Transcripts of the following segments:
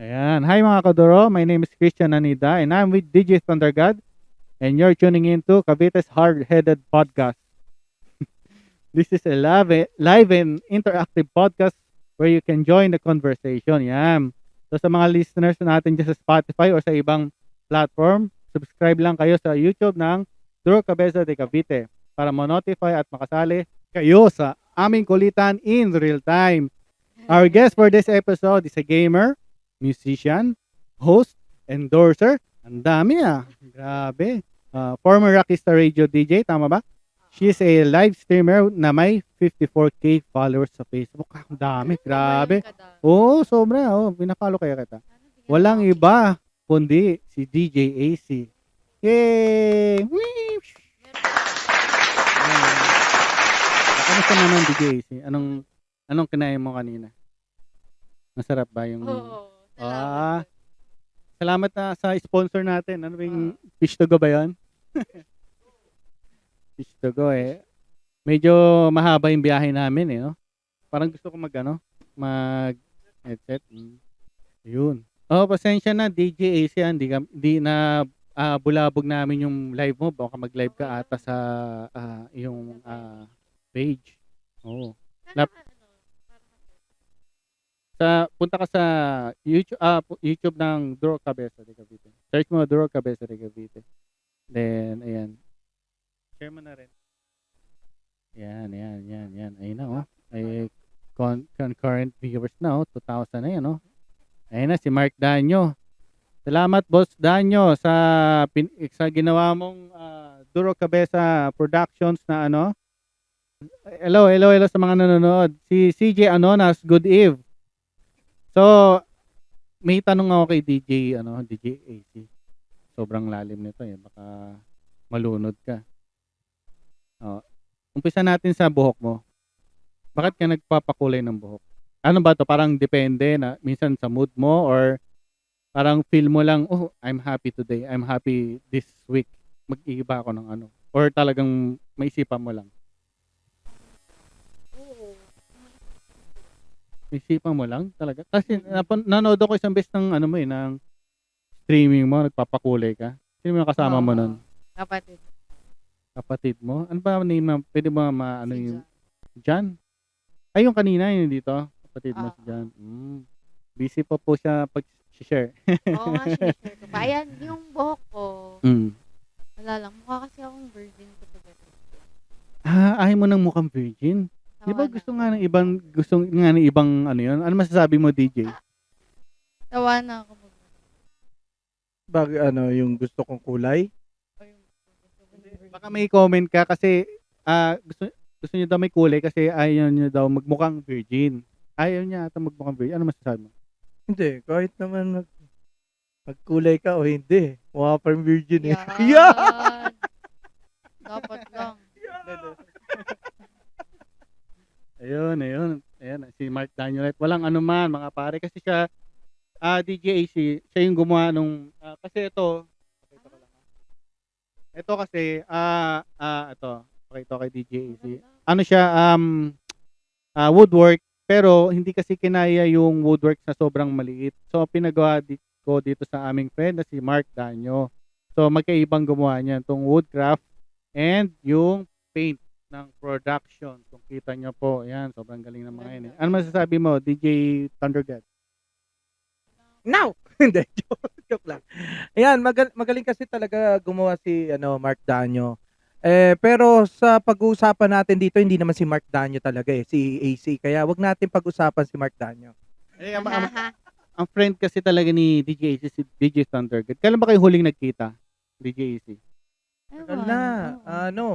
Ayan. Hi mga Kadoro, my name is Christian Anida and I'm with DJ Thunder God and you're tuning in to Cavite's Hard-Headed Podcast. this is a live, live and interactive podcast where you can join the conversation. Yan. So sa mga listeners natin dyan sa Spotify or sa ibang platform, subscribe lang kayo sa YouTube ng Drew Cabeza de Cavite para ma-notify at makasali kayo sa aming kulitan in real time. Our guest for this episode is a gamer, musician, host, endorser. Ang dami ah. Grabe. Uh, former Rockista Radio DJ, tama ba? She is a live streamer na may 54k followers sa Facebook. Ah, Ang dami. Grabe. Oo, sobra. Oh, pinapalo kaya kita. Walang iba kundi si DJ AC. Yay! Whee! Ayan. Kamusta naman DJ AC? Anong anong kinain mo kanina? Masarap ba yung Oo. Ah. Salamat na sa sponsor natin. Ano ba yung Fish to Go ba yun? fish to Go eh. Medyo mahaba yung biyahe namin eh. No? Parang gusto ko mag ano, mag headset. Mm. Yun. Oh, pasensya na DJ AC, ah, hindi, ka, hindi na ah, bulabog namin yung live mo. Baka mag-live ka ata sa ah, yung ah, page. Oh. Oo. Lap- ano, Sa punta ka sa YouTube ah, pu- YouTube ng Draw Cabeza de Cavite. Search mo Draw Cabeza de Cavite. Then ayan. Share mo na rin. Yan, yan, yan, yan. Ayun na oh. Ay, con- concurrent viewers na oh. 2,000 na yan oh. Ayun na si Mark Danyo. Salamat Boss Danyo sa pin- sa ginawa mong ah, Duro Cabeza Productions na ano. Hello, hello, hello sa mga nanonood. Si CJ Anonas, good eve. So, may tanong ako kay DJ, ano, DJ AC. Sobrang lalim nito eh. Baka malunod ka. Oh. Umpisa natin sa buhok mo. Bakit ka nagpapakulay ng buhok? Ano ba to? Parang depende na minsan sa mood mo or parang feel mo lang, oh, I'm happy today. I'm happy this week. Mag-iiba ako ng ano. Or talagang maisipan mo lang. Oo. Isipan mo lang talaga. Kasi napan- nanood ako isang beses ng ano mo eh, ng streaming mo, nagpapakulay ka. Sino yung kasama mo Oo. nun? Kapatid. Kapatid mo? Ano ba name na, pwede ba ma, ano si yung, John. Ah. Jan? Ay, yung kanina, yun dito. Kapatid mo Oo. si Jan. Mm. Busy pa po siya pag-share. Oo nga, sinishare ko pa. Ayan, yung buhok ko, Hmm. Mm. wala lang. Mukha kasi akong virgin ko talaga. Ah, ayaw mo ng mukhang virgin. Di ba Tawanan gusto ko. nga ng ibang, gusto nga ng ibang, ano yun? Ano masasabi mo, DJ? Tawa na ako mag Bag, ano, yung gusto kong kulay. o yung gusto ko ng virgin. Baka may comment ka kasi ah, gusto gusto niya daw may kulay kasi ayaw niya daw magmukhang virgin. Ayaw niya ata magmukhang virgin. Ano masasabi mo? Hindi, kahit naman mag, magkulay ka o hindi. Mukha pa rin virgin eh. Yan. Yeah! Dapat lang. Ayun, ayun. Ayun, si Mark Daniel. Walang anuman, mga pare. Kasi siya, ah DJ AC, siya yung gumawa nung, ah, kasi ito, pakita ko lang, ah. ito kasi, ah, ah, ito, pakita kay DJ AC. ano siya um ah, woodwork pero hindi kasi kinaya yung woodwork na sobrang maliit. So pinagawa di- ko dito sa aming friend na si Mark Danyo. So magkaibang gumawa niya itong woodcraft and yung paint ng production. Kung kita niyo po, yan, sobrang galing ng mga yun. eh. Ano masasabi mo, DJ Thunder God? Now! Hindi, joke, joke lang. Ayan, magal- magaling kasi talaga gumawa si ano, Mark Danyo. Eh, pero sa pag-uusapan natin dito, hindi naman si Mark Danyo talaga eh, si AC. Kaya wag natin pag-usapan si Mark Danyo. Eh, ang, ang, Haha. ang friend kasi talaga ni DJ AC, si DJ Thunder God. Kailan ba kayo huling nagkita, DJ AC? Ano Tagal na, ano,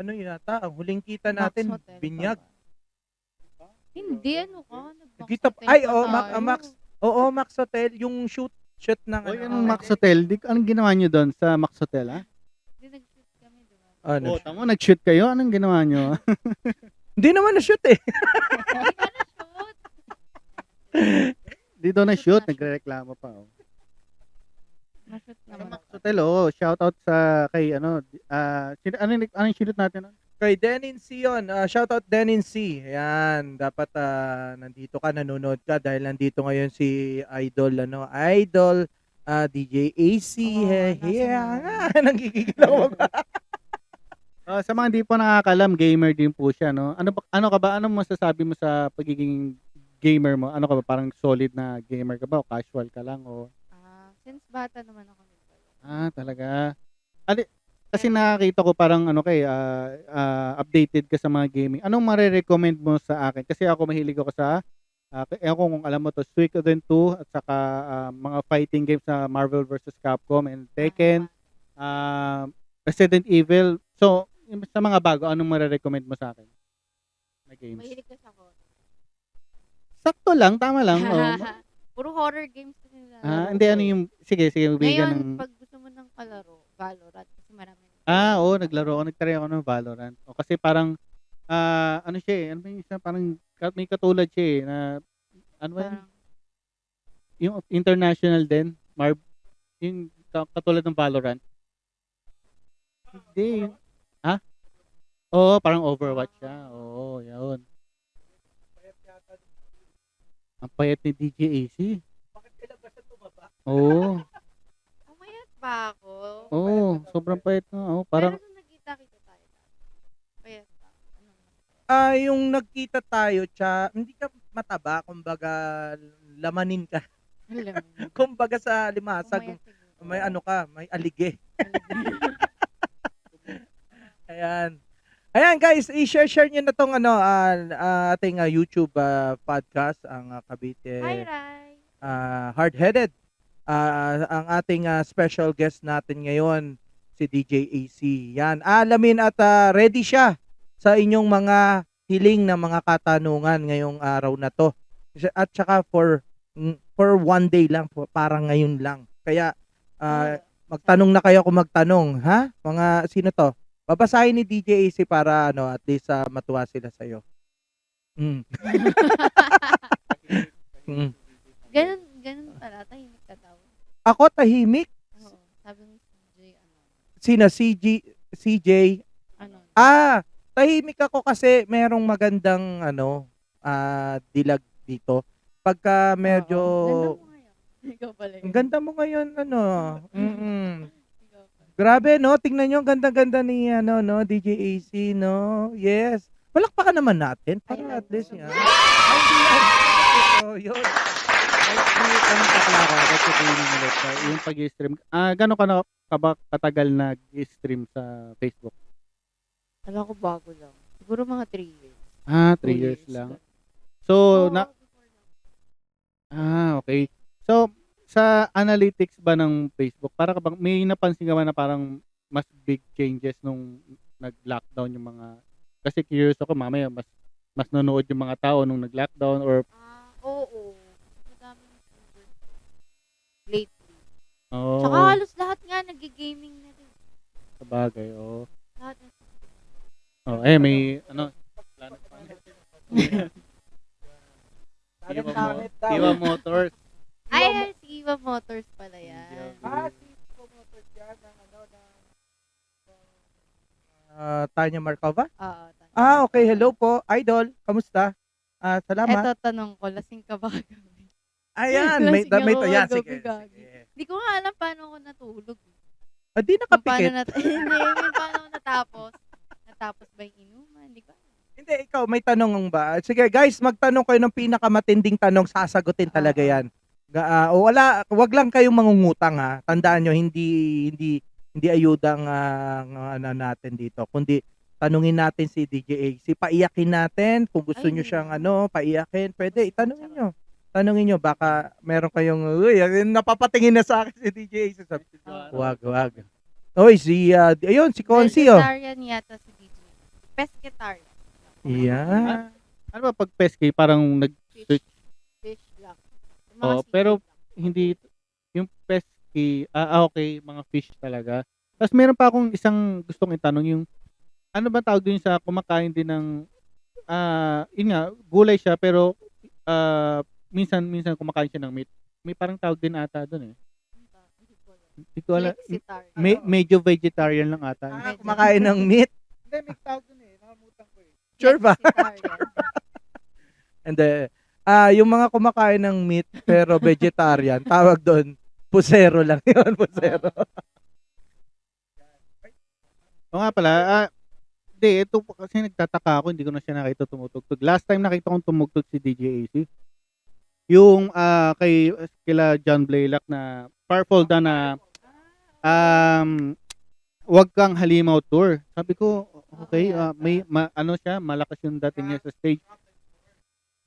ano yun ata, ang huling kita natin, binyag. Hindi, ano ka? Nag-Max Dito- Hotel ay, pa oo, Mac- tayo. ah, Max. Oo, Max Hotel, yung shoot, shoot ng Oy, ano. anong Max Hotel? Di, anong ginawa niyo doon sa Max Hotel, ha? Hindi, nag-shoot kami, di ba? Ano, Oh, tama, nag-shoot kayo. Anong ginawa nyo? Hindi naman na-shoot eh. Shoot! Dito na shoot, nagrereklamo pa. Oh. Mashoot Sa naman. Max Hotel, oh, shout out sa kay ano, ah, sino, ano, yung- ano yung shoot natin? nun? Kay Denin C yun. Ah, shout out Denin C. Ayan. Dapat ah, nandito ka, nanonood ka dahil nandito ngayon si Idol, ano, Idol ah, DJ AC. Oo, eh, nasa yeah, mga- ano. nga. Nangigigil ako. Ah, sa mga hindi po nakakalam, gamer din po siya, no? Ano ba, ano ka ba? Ano masasabi mo sa pagiging gamer mo? Ano ka ba? Parang solid na gamer ka ba? O casual ka lang? O, Ah, since bata naman ako nagbalik. ah, talaga? Ano, kasi nakakita ko parang ano kay ah, ah, updated ka sa mga gaming. Anong marerecommend mo sa akin? Kasi ako mahilig ako sa uh, ewan ko kung alam mo to, Suikoden 2 at saka ah, mga fighting games na Marvel vs. Capcom and Tekken. uh, Resident Evil. So, yung- sa mga bago, anong marirecommend mo sa akin? Na Ah, games. mahilig ka sa horror. Sakto lang, tama lang. oh. Puro horror games kasi nila. Ah, hindi ano yung, sige, sige, Ngayon, bibigyan ng... pag gusto mo ng kalaro, Valorant, kasi marami. Ah, oo, naglaro ako, nagtry ako ng Valorant. O, kasi parang, ah, ano siya eh, ano ba yung isa, parang ka- may katulad siya eh, na, ano ba yun? Parang, yung international din, Marv, yung ka- katulad ng Valorant. Hindi. yun. Ha? Oo, parang Overwatch siya. Oo, yun. Ang payat ni DJ AC. Oo. umayat pa ako. Oo, sobrang payat nga. Oo, parang, Pero nung nagkita-kita tayo, umayat pa ako. Ano, Ah, yung nagkita tayo, tsa, hindi ka mataba, kumbaga, lamanin ka. alam mo. Kumbaga sa limasag, Umayat siguro. may ano ka, may alige. Ayan. Ayan guys, i-share-share nyo na tong ano, ah, ah, ating ah, YouTube ah, podcast, ang ah, Cavite Hi, Rai. ah, Hard-Headed. Ah, ang ating ah, special guest natin ngayon, si DJ AC. Yan, alamin at ah, ready siya sa inyong mga hiling na mga katanungan ngayong araw na to. At saka for mm, for one day lang, for- parang ngayon lang. Kaya ah, magtanong na kayo kung magtanong, ha? Mga sino to? Babasahin ni DJ AC para ano, at least ah, matuwa sila sa iyo. Mm. Mm. ganun, ganun pala. Tahimik ka daw. Ako tahimik, Oo. Sabi ni CJ, ano, sina CG, CJ, ano. ah, tahimik ako kasi merong magandang ano, ah, dilag dito. Pagka medyo Oo. Ganda mo ngayon. Ikaw pala yun. Ah, ang ganda mo ngayon ano. Mm-mm. Ikaw pala. Grabe no, tingnan niyo ang ganda-ganda ni ano no, DJ AC no. Yes. Palakpakan naman natin para Ayan. at least yan. Ay, hindi. Oh, yun. may tanong pa pala ako, bakit ko yun yung ulit, ah, yung pag-stream. Ah, gano'n ka na ka ba katagal nag-stream sa Facebook? Alam ko bago lang. Siguro mga 3 years. Ah, 3 Two years lang. ganun. So, Oh, Oo, na, before lang. Ah, okay. So, sa analytics ba ng Facebook, para ka bang, may napansin ka ba na parang mas big changes nung nag-lockdown yung mga, kasi curious ako mamaya, mas, mas nanood yung mga tao nung nag-lockdown or, Ah, oo. Madami ng YouTuber lately. oh, Tsaka halos lahat nga nagigaming na rin. sabagay, oh. Lahat na. Oh, eh, may, ano, plano pa. Diwa, mo, Diwa Motors. Ay, ay, si Iwa Motors pala yan. Ah, ano, Ah, Tanya Markova. Oo. tama. Ah, okay. Hello po. Idol, kamusta? Ah, salamat. Eto, tanong ko, lasing ka ba kagabi? Ayan, may Lasing may ako to. Yan, kagabi, sige. gagi. sige. Hindi ko nga alam paano ako natulog. Ah, di Kung paano, nakapikit. nat hindi, kung paano ako natapos. Natapos ba yung inuman? Hindi ko alam. Hindi, ikaw, may tanong ba? Sige, guys, magtanong kayo ng pinakamatinding tanong. Sasagutin talaga Ah. yan. Ga- ah, o wala, wag lang kayong mangungutang ha. Tandaan nyo, hindi, hindi, hindi ayudang ah, ng- ano natin dito. Kundi, tanungin natin si DJ AC. Paiyakin natin. Kung gusto Ay. nyo siyang ano, paiyakin. Pwede, itanungin nyo. Tanungin nyo, baka meron kayong, uy, eh, napapatingin na sa akin si DJ AC. Sabi, Wag, wag. Uy, si, ah, ayun, si Consi, oh. Pescetarian yata si DJ. Pescetarian. Yan. Ano ba pag pesky, parang nag, Fish, fish lang. Yung mga Oo, seafood Oh, pero lang. hindi yung pesky, ah, ah, okay, mga fish talaga. Tapos meron pa akong isang gustong itanong yung ano ba tawag din sa kumakain din ng ah, yun nga, gulay siya pero ah, minsan minsan kumakain siya ng meat. May parang tawag din ata doon eh. Hindi ko alam. Hindi ko alam. Flexitarian. Me- medyo vegetarian lang ata. Ah, kumakain ng meat. Hindi, may tawag doon eh. kalimutan ko eh. Sure ba? Si Carl. And then, ah, yung mga kumakain ng meat pero vegetarian, tawag doon, pusero lang yun, pusero. O nga pala, ah, hindi, ito po kasi nagtataka ako, hindi ko na siya nakita tumutugtog. Last time nakita kong tumugtog si DJ AC, yung ah, kay kila John Blaylock na Powerful Dan na um, Wag Kang Halimaw Tour. Sabi ko, okay, ah, may ma- ano siya, malakas yung dating niya sa stage.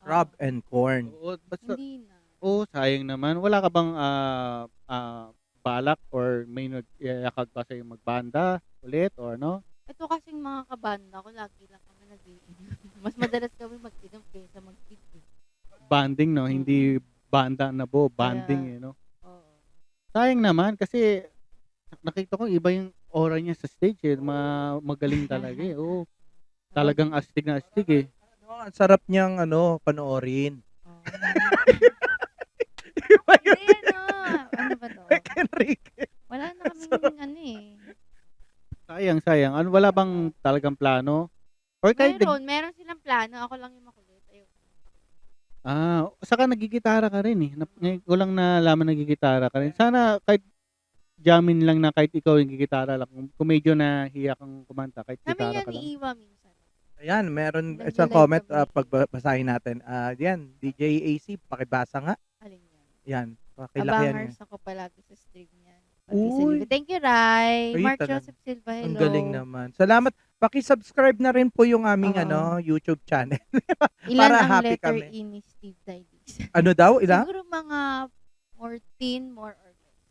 Crab and corn. Oo, basta, Hindi na. oo, sayang naman. Wala ka bang ah, ah, balak or may nagyakag pa sa'yo magbanda ulit or ano? no? Ito kasing mga kabanda ko, lagi lang kami nagiinom. Mas madalas kami mag-inom kaysa eh. mag-inom. Banding, no? Hindi banda na bo, banding, eh, no? Oo. Sayang naman kasi nakita ko iba yung aura niya sa stage eh. Ma- magaling talaga eh. Oo. Talagang astig na astig eh. No, ang sarap niyang ano, panoorin. Oo. Hindi, ano? Ano ba to? Enrique. Wala na kaming ano eh. Sayang, sayang. Ano, wala bang talagang plano? Or kahit nag- Meron, meron silang plano. Ako lang yung makulit. Ayun. ah, saka nagigitara ka rin eh. Nap- Ngayon ko lang nalaman nagigitara ka rin. Sana kahit jamin lang na kahit ikaw yung gigitara lang. Kung- Kung medyo na hiya kang kumanta, kahit Kami gitara yan ka lang. iiwa minsan. Ayan, meron Nag-like isang comment kami. ah, pagbasahin natin. Ah, yan, DJ AC, pakibasa nga. Alin yan? Yan, pakilakihan niya. Abangers ako palagi sa stream niya. Pati sa Uy. live. Thank you, Rai. Ay, Mark talaga. Joseph Silva, hello. Ang galing naman. Salamat. Paki-subscribe na rin po yung aming Oo. ano, YouTube channel. Ilan Para ang happy letter kami. E ni Steve Dailies? ano daw? Ila? Siguro mga 14 more or less.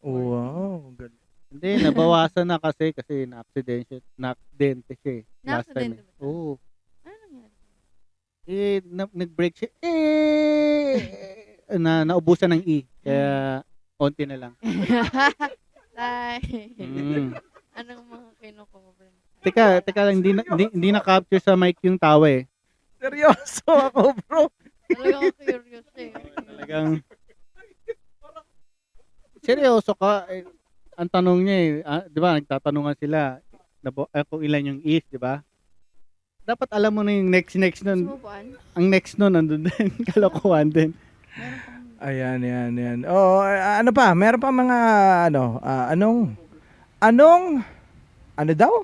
Wow, ang galing. Hindi, nabawasan na kasi kasi na-accident, na-accidente siya eh. Last time Na-aksidente eh. ba siya? Oo. Ano nangyari? eh, na, nag-break siya. Eh, na, naubusan ng E. Kaya, onti na lang. Tay. Hmm. Mm. Anong Ano mga kinukover? Teka, teka lang, hindi, na, hindi, hindi na-capture sa mic yung tawa eh. Seryoso ako, bro. Talaga ako curious eh. Talagang, seryoso ka. Eh, ang tanong niya eh, ah, di ba, nagtatanungan sila, nabo, eh, kung ilan yung E's, di ba? Dapat alam mo na yung next-next nun. Sumubuan? Ang next nun, nandun din. Kalokohan din. Meron pang- Ayan, ayan, ayan. Oh, a- ano pa? Meron pa mga ano, ah, anong anong ano daw?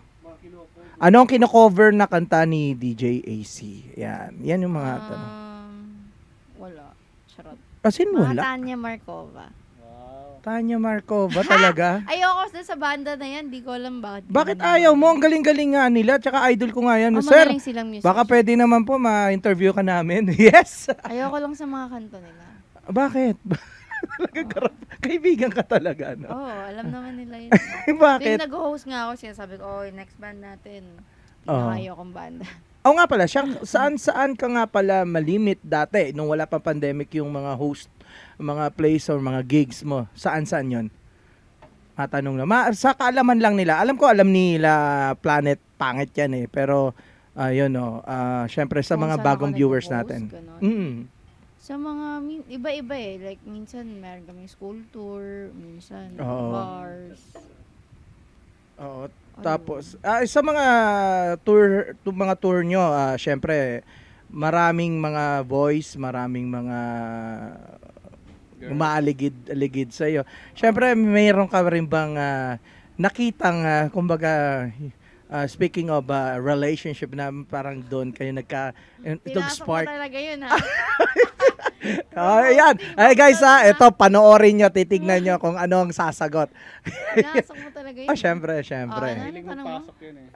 Anong kino-cover na kanta ni DJ AC? Yan. Yan yung mga tanong. Um, wala. Charot. Kasi Mga wala. Tanya Markova. Wow. Tanya Markova talaga. Ayoko sa, sa banda na yan. Di ko alam bakit. Bakit ayaw mo? Ang galing-galing nga nila. Tsaka idol ko nga yan. Ang Sir, magaling silang music. baka pwede naman po ma-interview ka namin. Yes! Ayoko lang sa mga kanto nila. Bakit? talaga karap. Kaibigan ka talaga, no? Oo, oh, alam naman nila yun. Tuwing Bakit? nag-host nga ako, sinasabi ko, oh, next band natin. Oo. Pinakayo kong banda. Oo nga pala, siya- saan-saan ka nga pala malimit dati nung wala pang pandemic yung mga host, mga plays or mga gigs mo? Saan-saan yon? Matanong na. Ma, sa kaalaman lang nila. Alam ko, alam nila Planet Pangit yan eh. Pero, ayun o. ah, syempre sa Kung mga saan bagong ako viewers nag-host, natin. ganun. Mm. Sa mga, min- iba-iba eh. Like, minsan meron kami school tour, minsan Oo. bars. Oo. Ayun. Tapos, ah, sa mga tour, to mga tour nyo, ah, syempre, maraming mga voice, maraming mga umaaligid-aligid sa iyo. Syempre, mayroon ka rin bang ah, nakitang ah, kumbaga ah, speaking of ah, relationship na parang doon kayo nagka ito Pinasok ko spark. talaga yun ha. Oh, ayan. Ay guys, ah, ito panoorin nyo, titignan nyo kung ano ang sasagot. Pinasok mo talaga yun. Ah, syempre, Eh. syempre. Oo, Hiling mong pasok yun eh.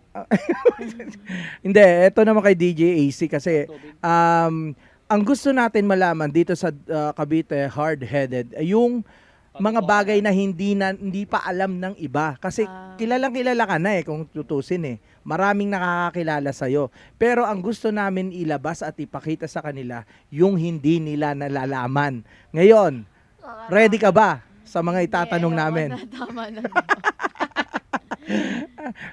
Hindi, eto naman kay DJ AC Eh, kasi um, ang gusto natin malaman dito sa uh, Cavite hard-headed ay yung mga bagay na hindi na hindi pa alam ng iba kasi Ah. kilalang kilala ka na eh kung tutusin eh. Maraming nakakakilala sa Pero ang gusto namin ilabas at ipakita sa kanila yung hindi nila nalalaman. Ngayon, ready ka ba sa mga itatanong Hindi, ayoko namin? na, tama na.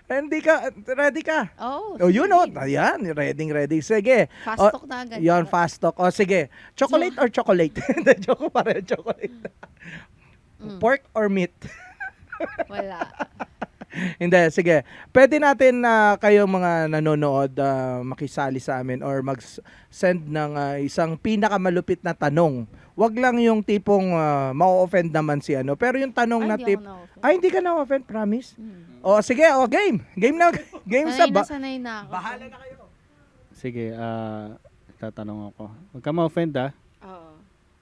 Hindi ka ready ka? Oh, Oh, you know, sige. ayan, ready, ready. Sige. Fast Oh, talk na agad. Yon, fast talk. O, sige. Chocolate or chocolate? Hindi, joke ko pa rin, chocolate. Mm, Pork or meat? Wala. Hindi, sige. Pwede natin na kayo mga nanonood ah, makisali sa amin or mag-send ng ah, isang pinakamalupit na tanong. Wag lang yung tipong ah, ma-offend naman si ano. Pero yung tanong na tip, ay hindi ka na-offend, promise? O sige, o game. Game na, game sa Mm. Sanay na, ba- sanay na ako. Bahala na kayo. Sige, ah, tatanong ako. Huwag ka ma-offend ah. Oo.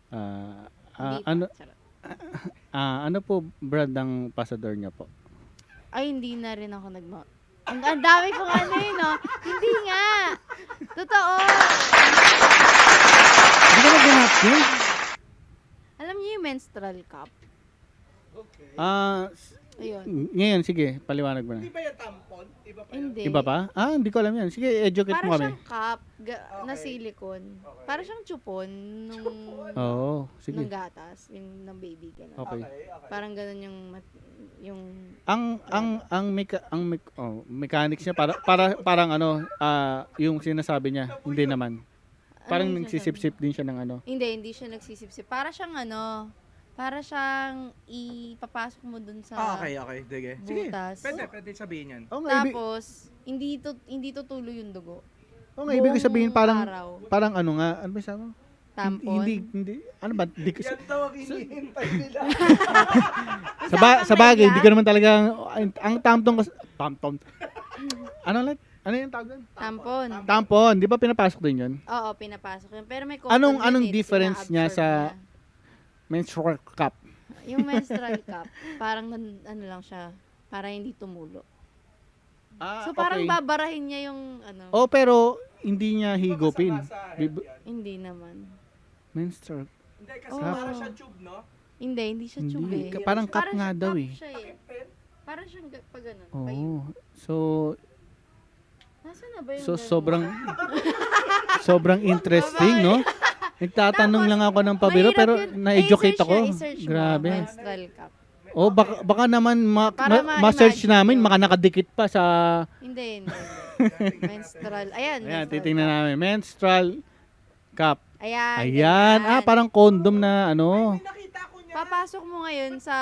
Ah, ah, Hindi pa. ano, Charot. ah, ano po brand ng pasador niya po? Ay, hindi na rin ako nagma... Ang, ang dami kong ano yun, no? Hindi nga! Totoo! Hindi ka naganap yun? Alam niyo yung menstrual cup? Ah, s- Ayun. ngayon, sige, paliwanag mo na. ba yung tampon? Di ba Hindi. Iba pa? Ah, hindi ko alam yan. Sige, educate eh. Para mo kami. siyang cup ga- na Okay. silicone. Para siyang chupon nung, Oo, sige. nung gatas, yung ng baby. Ganun. Okay. Parang ganun yung, mat- yung Ang ang ang meka, ang mek- oh, mechanics niya para para parang ano ah, yung sinasabi niya hindi naman. Parang ano yung sinasabi? nagsisip-sip din siya ng ano. Hindi, hindi siya nagsisipsip. Para siyang ano, para siyang ipapasok mo dun sa Ah, okay, okay. Sige. Sige. butas. Pwede, pwede sabihin yan. Oo nga, ibig, Tapos, hindi to, hindi tutulo yung dugo. oo nga, ibig ko sabihin Buong parang araw, parang ano nga, ano ba sabi mo? tampon. Hindi, hindi, ano ba? Di, ko- sa, daw ang hinihintay nila. sa, ba- sa bagay, hindi ko naman talaga, ang, ang tamtong, kas- tamtom, ano ulit? Ano yung tawag doon? Tampon. Tampon, di ba pinapasok din yun? Oo, pinapasok yun. Pero may Anong- cotton anong yun eh, difference niya ina-absorb sa- niya. Menstrual cup. Yung menstrual cup, parang nan- ano lang siya, para hindi tumulo. Ah, So parang okay. babarahin niya yung ano, Oh, pero hindi niya higupin. Bib- hindi naman. menstrual Hindi, kasi Oo. parang siya tube, no? Hindi, hindi siya Hindi, tube. eh. ka- parang cup nga siyang daw cup eh. Oh. siya Parang siyang ga- pag ganun. Oo. pay- So, Nasaan na ba yung so ganun? sobrang sobrang interesting, no? Nagtatanong Tapos, lang ako ng pabiro Mahirap pero yun. na-educate I-search ako. niya, i-search mo, Grabe. Menstrual cup. Oh, baka, baka naman ma, Para ma, ma-search ma-imagine namin, ko. baka nakadikit pa sa Hindi, hindi. menstrual. Ayan, Ayan, menstrual titingnan cup. namin. Menstrual cup. Ayan. Ayan, ah ganyan. parang condom na ano. nakita ko niya. Papasok mo ngayon sa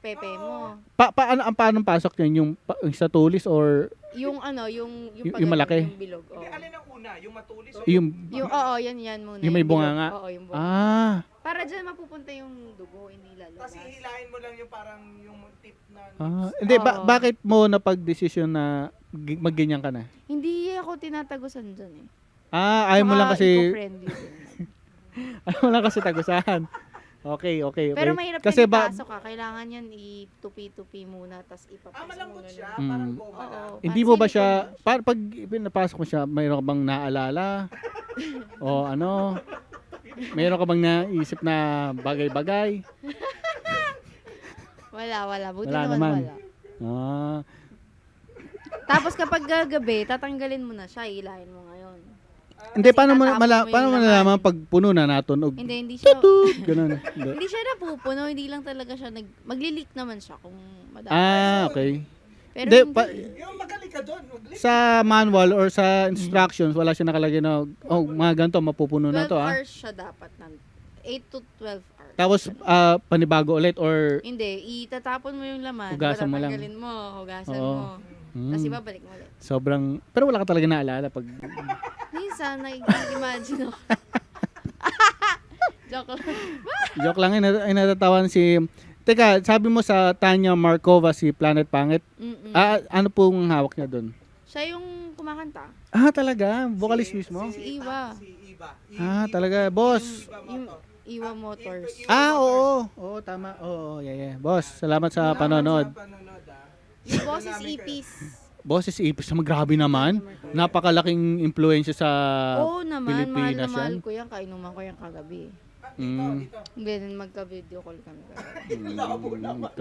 pepe mo. Pa, pa ano ang paano pasok niyan yung, pa- yung sa tulis or Yung ano, yung yung, Yung- pagano, yung malaki? Yung bilog. oo. ang una? Yung matulis? yung Yung, oo, yan, yan muna. Yung may bilog. bunganga? Oo, yung bunga. ah, Para dyan mapupunta yung dugo, hindi lalabas. hihilahin mo lang yung parang yung tip na... ah. Hindi, ba- Oo. bakit mo napag-desisyon na gi- magganyan ka na? Hindi ako tinatagusan dyan eh. Ah, ayaw mo lang kasi eco-friendly din. Alam mo lang kasi tagusahan. Okay, okay, okay. Pero mahirap kasi yan ba, ipasok ka. Kailangan yan itupi-tupi muna, tapos Ah, ipapasok mo na. parang Mm. goma Oo, hindi parang mo ba silicone siya, lang par, pag pinapasok mo siya, mayroon ka bang naalala? o ano? Mayroon ka bang naisip na bagay-bagay? Wala, wala. Buti Wala naman, naman. wala. Ah, Tapos kapag gagabi, tatanggalin mo na siya, ilahin mo ngayon. hindi, Kasi paano mo, tatapon mala, mo yung paano mo laman. nalaman pag puno na natunog? Hindi, hindi siya, Tut, Ganun. Hindi. hindi siya napupuno, hindi lang talaga siya nag, maglilik naman siya kung madami. Ah, okay. Pero Hindi, hindi, pa- Yung magaling ka doon. Magaling. Sa manual or sa instructions, wala siya nakalagay na, oh, mga ganito, mapupuno 12 na to, ah. hours siya dapat na. 8 to 12 hours. Tapos, ah, panibago ulit or, hindi, itatapon mo yung laman. Hugasan mo lang. tatanggalin mo, hugasan Oo. mo. Hmm, Tapos ibabalik mo ulit. sobrang, pero wala ka talaga naalala pag Minsan, nag-imagine ako. Joke lang. Joke lang, ina- ay natatawan si... Teka, sabi mo sa Tanya Markova si Planet Pangit. Mm-mm. Ah, ano pong hawak niya doon? Siya yung kumakanta. Ah, talaga? Vocalist mismo? Si Iwa. Si Iba. I- Ah, Iba- talaga. Boss. Iba Yung mo to. Iwa Motors. Ah, oo. Oo, tama. Oo, yeah, yeah. Boss, salamat sa panonood. Sa panonood, ah. Yung boses Dami kayo. ipis. Boss is ipis. Ang Grabe naman. Napakalaking impluensya sa... Oo naman, mahal na Ah, Pilipinas mahal yan? ko yan. Kainuman ko yan kagabi. Ah, Dito, Mm. dito. Hindi, magka-video call kami. kagabi. Labo naman.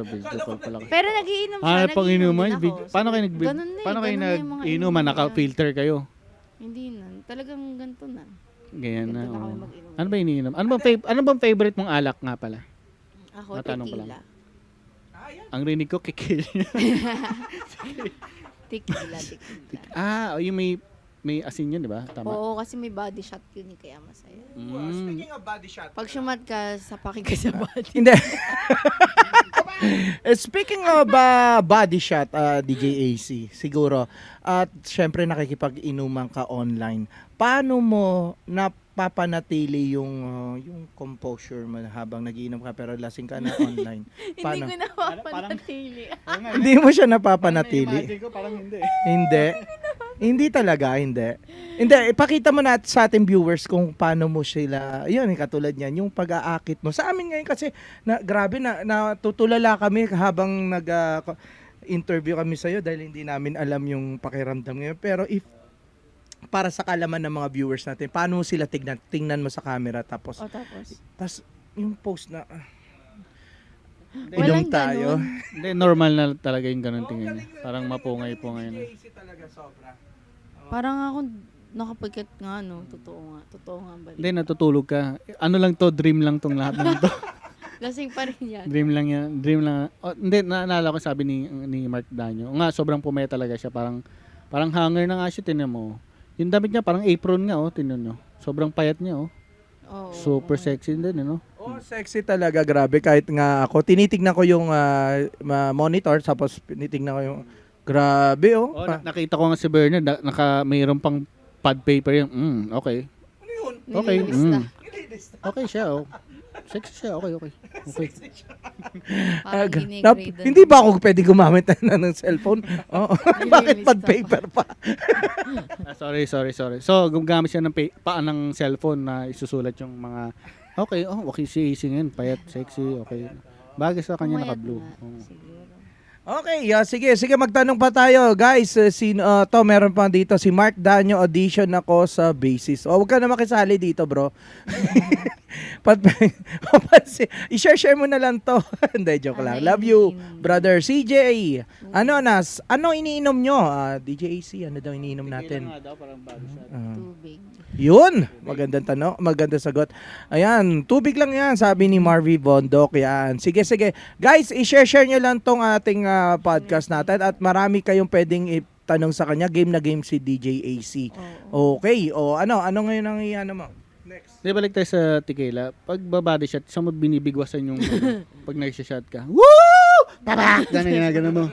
pala. Pero nagiinom siya, Ah, nagiinom pang inuman. din ako. Paano kayo nag... Ganun na eh, Paano kayo ganun na yung mga nag-inuman? inuman. Naka-filter kayo. Hindi na. Talagang ganito na. Ganyan Ganito na. na, kami oo. mag-inom. Ano ba iniinom? Ano bang, fav- ano bang favorite mong alak nga pala? Ako, Matanong ko lang. tequila. Ah, yan. Ang rinig ko, kikil. Tequila, tequila. ah, o yung may, may asin yun, di ba? Tama. Oo, kasi may body shot yun eh, kaya masaya. Wow, Mm. Speaking of body shot. Pag syumat ka, sapakin ka sa body. Hindi. Eh, Speaking of uh, body shot, uh, DJ AC, siguro, at syempre nakikipag-inuman ka online, paano mo napapanatili yung, uh, yung composure mo habang nagiinom ka pero lasing ka na online? Hindi Paano? ko napapanatili. hindi mo siya napapanatili? ko, parang hindi. Hindi. hindi talaga, hindi. Hindi, ipakita mo natin sa ating viewers kung paano mo sila, yun, eh, katulad niyan, yung pag-aakit mo. Sa amin ngayon kasi, na, grabe, na, natutulala kami habang nag, ah, ko- interview kami sa'yo dahil hindi namin alam yung pakiramdam ngayon. Pero if, para sa kalaman ng mga viewers natin, paano mo sila tignan, tingnan mo sa camera tapos, O tapos? tapos yung post na, ah, Walang ilong tayo. ganun. Hindi, normal na talaga yung ganun tingin niya. Parang mapungay-pungay na. Parang ako nakapagkat nga, no? Totoo nga. Totoo nga ang Hindi, balik. natutulog ka. Ano lang to, dream lang tong lahat ng to. Lasing pa rin yan. dream lang yan, dream lang. Oh, hindi, naalala ko sabi ni, ni Mark Danyo. Nga, sobrang pumaya talaga siya. Parang, parang hanger na nga siya, tinan mo. Yung damit niya, parang apron nga, oh, tinan nyo. Sobrang payat niya, oh. Oo. Super oo. sexy din, ano? Oh, sexy talaga, grabe. Kahit nga ako, tinitignan ko yung ah, ma- monitor, tapos tinitignan ko yung, grabe oh. Oh, Pa- na- nakita ko nga si Bernard, na- naka, mayroon pang pad paper yun. Mm, okay. Okay. Nilinis na. mm. Okay siya, oh. Sexy siya, okay, okay. Okay. Parang Ah, gra- gine-grade na. nap- hindi ba ako pwede gumamit na ng cellphone? Oo. Nililista Bakit pad pa. paper pa? Ah, sorry, sorry, sorry. So, gumagamit siya ng pa- paa ng cellphone na isusulat yung mga, okay, oh, okay si AC ngayon, payat, sexy, okay. Bagay sa kanya Pumayat naka-blue. nga, Oo. siguro. Okay, ah, sige, sige magtanong pa tayo. Guys, eh, sino ah, to meron pa dito si Mark Danyo audition ako sa basis. Oh, wag ka na makisali dito, bro. Pat papansin- i-share-share mo na lang to. Hindi joke lang. Ano Love you, iniinom? brother CJ. Ano nas? Ano iniinom nyo? Ah, DJ AC, ano daw iniinom natin? Mm. Ah. Tubig. Yun! Magandang tanong, magandang sagot. Ayan, tubig lang yan, sabi ni Marvy Bondok. Yan. Sige, sige. Guys, i-share-share nyo lang tong ating ah, podcast natin at marami kayong pwedeng itanong sa kanya. Game na game si DJ AC. Oo. Okay, o ano, ano ngayon ang iyan mo? Next. Di balik tayo sa tequila. Pag babody shot, saan mo binibigwasan yung ano, pag nag-shot ka? Woo! Tabak! Ganun yun, ganun mo.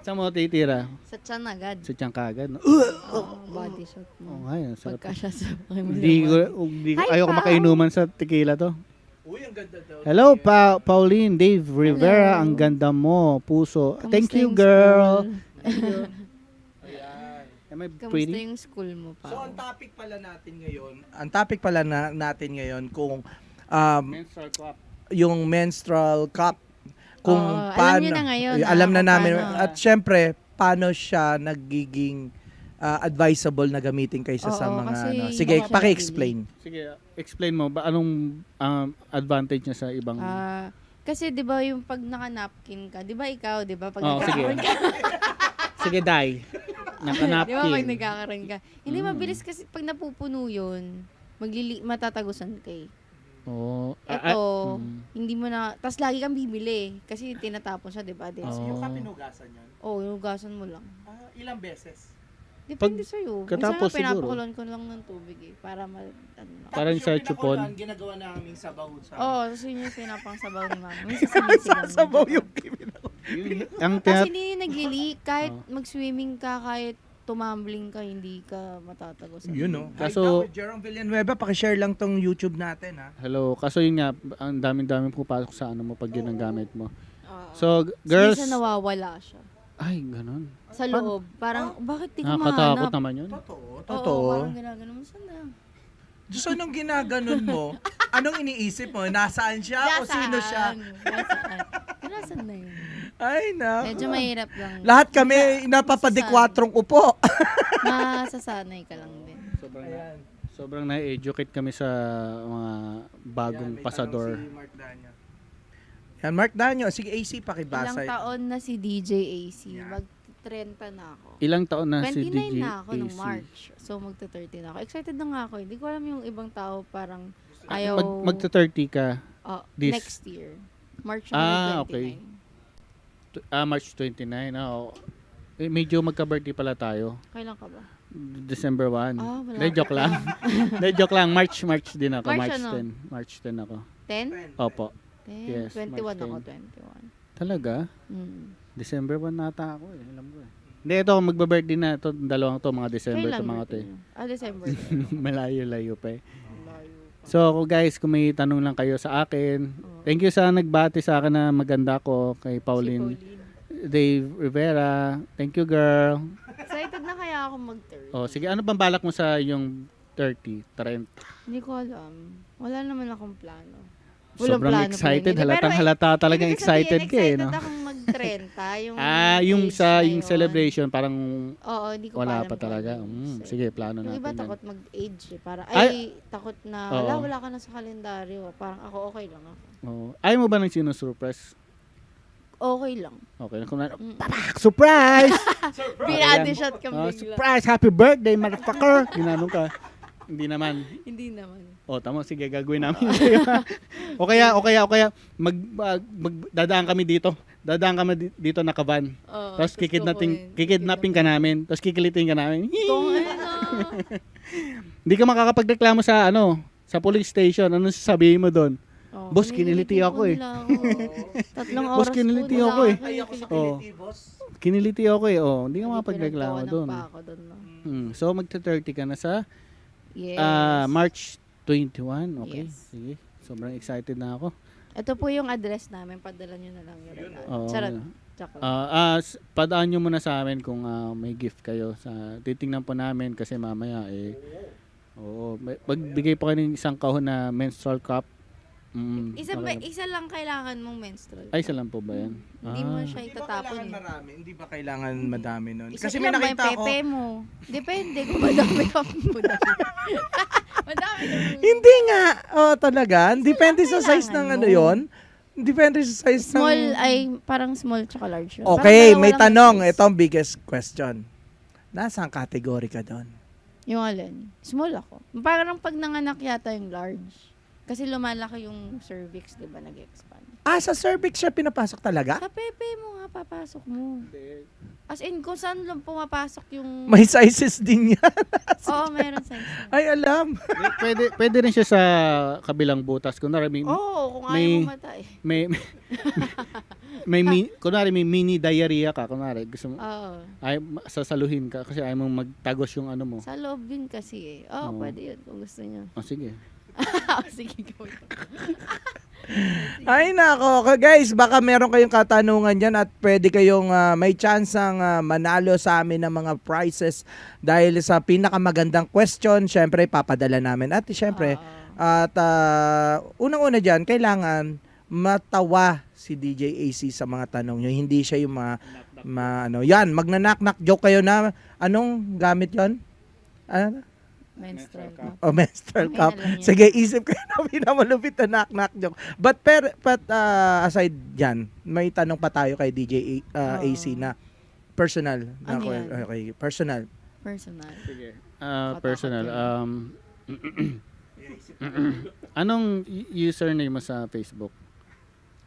Saan mo titira? Sa tiyan agad. Sa tiyang kagad. no? Oo, body shot Oo mo. nga, yun. Sarap. Pagka siya sa akin mo. Hindi ko, oh, hindi ko, Hi, ayoko Pao. makainuman sa tequila to. Uy, ang ganda daw. Hello, pa Pauline, Dave Rivera, Hello. ang ganda mo, puso. Kamusta Thank you, yung girl. school? Am I Kamusta pretty? yung school mo pa? So, ang topic pala natin ngayon, ang topic pala na, natin ngayon kung um, yung menstrual cup kung Oo, alam paano niyo na ngayon, Ay, ah, alam na kung namin paano. at syempre paano siya nagiging ah, advisable na gamitin kaysa sa Oo, mga kasi ano. yun sige ang siya paki-explain Sige, explain mo, ba anong um, advantage niya sa ibang... Ah, kasi 'di ba yung pag naka-napkin ka, 'di ba ikaw, 'di ba pag Oo, sige. nagkakaroon ka, Sige, Dai. ah. 'di ba pag Nakanapkin. nagkakaroon ka. Hindi Mm. mabilis kasi pag napupuno 'yun, maglili matatagusan ka eh. Oo. Ah, ah, Ito, mm. hindi mo na, tas lagi kang bibili kasi tinatapon siya, 'di ba? Din. Oo. Yung kapinugasan yun Ah, Oh, hugasan mo lang. ilang beses Depende sa iyo. katapos siguro. pinapakulon ko lang ng tubig eh para ma ano. na. Parang sa chupon. ginagawa namin sabaw sa Oo, oh, so yun yung pinapangsabaw ni mama. Minsan sinisigaw niya, sabaw di ba? yung kinagawa. Yun- Ang Kasi tinat... hindi yun nagli Kahit Oh. Oo. mag-swimming ka, kahit tumambling ka, hindi ka matatagos. yun oh. no Kaso- Kaso, Jerome Villanueva paki-share lang tong YouTube natin ha Hello, kaso yun nga, ang daming-daming pumapasok sa ano mo pag yun ang gamit mo. Oo. So, g- girls... Minsan nawawala siya. Ay, ganun. Sa loob. Parang, bakit di ko Nakakatakot mahanap? naman yun. Oo, totoo totoo parang ginagano mo. Saan na? So, nung ginaganon mo, anong iniisip mo? Nasaan siya o sino siya? Nasaan? Nasaan na yun? Ay, na. Medyo mahirap lang. Ah. Lahat kami napapadekwatrong upo. Masasanay ka lang din. Sobrang, na, sobrang na-educate kami sa mga bagong pasador. Yan, Mark Danyo. Sige, AC, Ilang pakibasa. taon na si DJ AC. Mag 30 na ako. Ilang taon na Ah, si 29 DJ na ako nung AC? March. So, magta-30 na ako. Excited na nga ako. Hindi ko alam yung ibang tao parang Mag- ayaw... magta-30 ka. Oh, This. next year. March Ah, ah, 29. okay. T- Ah, March 29. Oh. Eh, medyo magka-birthday pala tayo. Kailan ka ba? D- December 1. Ah, wala. Hindi, joke lang. Hindi, joke lang. March, March din ako. March March, ano? 10. March 10 ako. 10? 10? Opo. Yes, 21 March ako, 10. 21. Talaga? Mm. December 1 nata ako eh. Alam ko eh. Hindi, ito, magbe-birthday na ito. Dalawang to, mga December Kailan to mga to birthday eh. mo? Ah, December. Malayo-layo pa eh. So, kung guys, kung may tanong lang kayo sa akin, Oo. thank you sa nagbati sa akin na maganda ko kay Pauline, Oh. Si Dave Rivera. Thank you, girl. Excited na kaya ako mag-turn. O, sige, ano bang balak mo sa yung 30, 30? Hindi ko alam. Wala naman akong plano. Sobrang plano excited. po yun. Pero Halatang eh, halata talagang ibig ko sabihin, excited ka eh. No? Excited akong mag-30. Yung Ah, yung age sa na yung yun. celebration, parang Oo, hindi ko wala alam pa kung talaga. ano yung Mm, set. sige, plano Yung natin. iba yan. takot mag-age eh. Para, ay, Ay, takot na, oo. wala, wala ka na sa kalendaryo. Parang ako, okay lang ah. ako. Oo. Ayaw mo ba ng sinusurprise? Okay lang. Okay, kung na, Mm. Pak! surprise! Binati shot ka Oh, bigla. surprise! Happy birthday, motherfucker! Ginanong ka. Hindi naman. Hindi naman. O, tama, sige, gagawin namin sa'yo. o kaya, o kaya, o kaya, mag, mag, mag- dadaan kami dito. Dadaan kami di- dito nakavan. Oo, Tapos gusto ko eh. kikidnapping, yun. kikidnapping ka namin. Tapos kikilitin ka namin. Kung ano. Hindi ka makakapagreklamo sa ano, sa police station. Anong sasabihin mo doon? Oo, Boss, kiniliti kiniliti ako ko eh. nila ako. Tatlong oras Boss, kiniliti po, ako wala eh. akong kinikiliti. Oh. Oo. Kiniliti ako eh. Oh, hindi ka makapagreklamo Pinagtawanan doon. pa ako doon, no? Mm, so magta-30 ka na sa Yes. ah, March 21. Okay. Yes. Sige. Sobrang excited na ako. Ito po yung address namin. Padala nyo na lang yung regalo. Oo. Charot. Chocolate. Ah, ah, s- padaan nyo muna sa amin kung ah, may gift kayo. Sa, titingnan po namin kasi mamaya eh. Oo. may- Magbigay pa kayo ng isang kahon na menstrual cup. Mm, isa, ba, okay. isa lang kailangan mong menstrual. Ay, isa lang po ba yan? Ah, Hindi mo siya Hindi ba itatapon. kailangan eh. marami? Hindi ba kailangan madami nun? Isa Kasi may lang ba yung nakita ako. pepe mo. Depende kung madami ka po. madami ka po. Hindi nga. Oh, talaga. Depende sa lang size ng kailangan ano mo. yon. Depende sa size ng... Small ay parang small tsaka large. yun. Okay, Parang dalawa may lang tanong. yung Ito ang biggest question. Nasaan category ka doon? size. Yung alin? Small ako. Parang pag nanganak yata yung large. Kasi lumalaki yung cervix, di ba, nag-expand. Ah, sa cervix siya pinapasok talaga? Sa pepe mo nga, papasok mo. As in, kung saan lang pumapasok yung... May sizes din yan. Oo, meron size. niya. Ay, alam. Hindi, pwede, pwede rin siya sa kabilang butas. Kunwari, may, Oo, kung ayaw May- mo eh. matay. may, may, may, mi- kunwari, may mini diarrhea ka. Kunwari, gusto mo, Oo. ay ma- sasaluhin ka kasi ayaw mong magtagos yung ano mo. Sa loob yun kasi eh. Oo, Oo. pwede yun kung gusto niya. O sige. Oo, sige, gawin ko. Ay, nako. Ka- Guys, baka meron kayong katanungan dyan at pwede kayong ah, may chance ang ah, manalo sa amin ng mga prizes dahil sa pinakamagandang question, syempre, papadala namin. At syempre, Oo. at ah, unang-una dyan, kailangan matawa si DJ AC sa mga tanong nyo. Hindi siya yung mga, ma, ano, yan, magnanak-nak joke kayo na, anong gamit yon? Ano? Menstrual cup. O, menstrual Okay na lang cup. Ano yun. Sige, isip kayo na pinakamalupit na knock-knock joke. But, per, but ah, aside dyan, may tanong pa tayo kay DJ A- ah, Oo. AC na personal. Na Oh. Ano yan? Okay, personal. Personal. Sige. Ah, Matakot personal. yun. Um, anong y- username mo sa Facebook?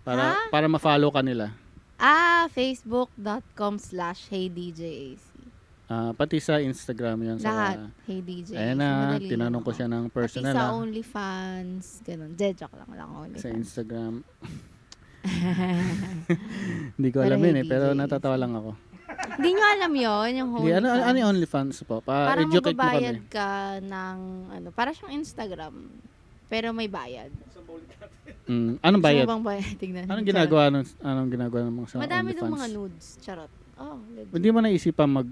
Para Ha? para ma-follow ka nila. Ah, facebook.com slash heydjac. Ah, pati sa Instagram 'yan sa Lahat. Heydjac. Ayan na, tinanong ko siya ng personal Pati ah, sa OnlyFans, ganun. De, joke lang. Wala akong sa OnlyFans. Instagram. Hindi ko Pero alam yun eh, hey, pero DJ. natatawa lang ako. Hindi nyo alam yon yung Hindi, OnlyFans. ano, ano, ano yung OnlyFans po? Parang Pa-educate mo kami. magbabayad ka ng, ano, para siyang Instagram. Pero may bayad. Mm, anong bayad? Gusto mo bang bayad? Tignan. Anong Charot. ginagawa nung anong ginagawa ng mga sa Madami OnlyFans? dong mga nudes. Charot. Oh, legit. Hindi mo naisipan mag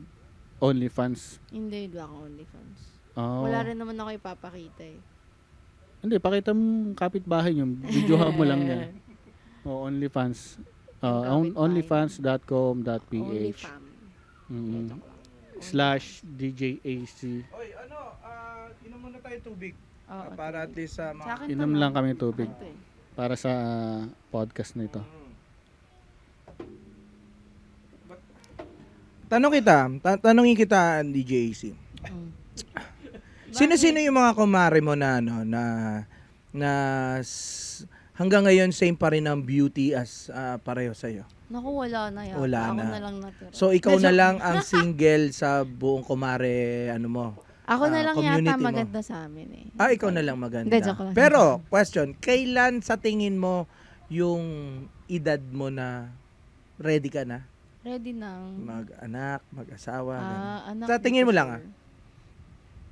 OnlyFans? Hindi, wala akong OnlyFans. Oh. Wala rin naman ako ipapakita eh. Hindi, pakita mo yung kapitbahay yung videohan mo lang yan. Oh, O, OnlyFans. Uh, on, Yung kapitbahay. onlyfans.com.ph OnlyFam. mm, Joke lang. slash DJAC. Oy, ano, inom muna tayo tubig. Oo, Ah, para at least sa Sa akin to, Inom ma'am. lang kami tubig Ano to eh? para sa ah, podcast nito. Tanong kita, ta- tanongin kita, DJ AC. Mm. Sino-sino yung mga kumare mo na ano na na s- hanggang ngayon same pa rin ang beauty as ah, pareho sa iyo. Naku, wala na yan. ako Wala na. na. lang natira. So ikaw na lang ang single sa buong kumare ano mo. ako na ah, lang community yata mo. maganda sa amin eh. Ah ikaw na lang maganda. Hindi, joke lang. Pero question, kailan sa tingin mo yung edad mo na ready ka na? Ready ng... Mag-anak, mag-asawa. ganun. Mm-hmm. Ah, anak Sa hindi tingin ko mo lang, sure.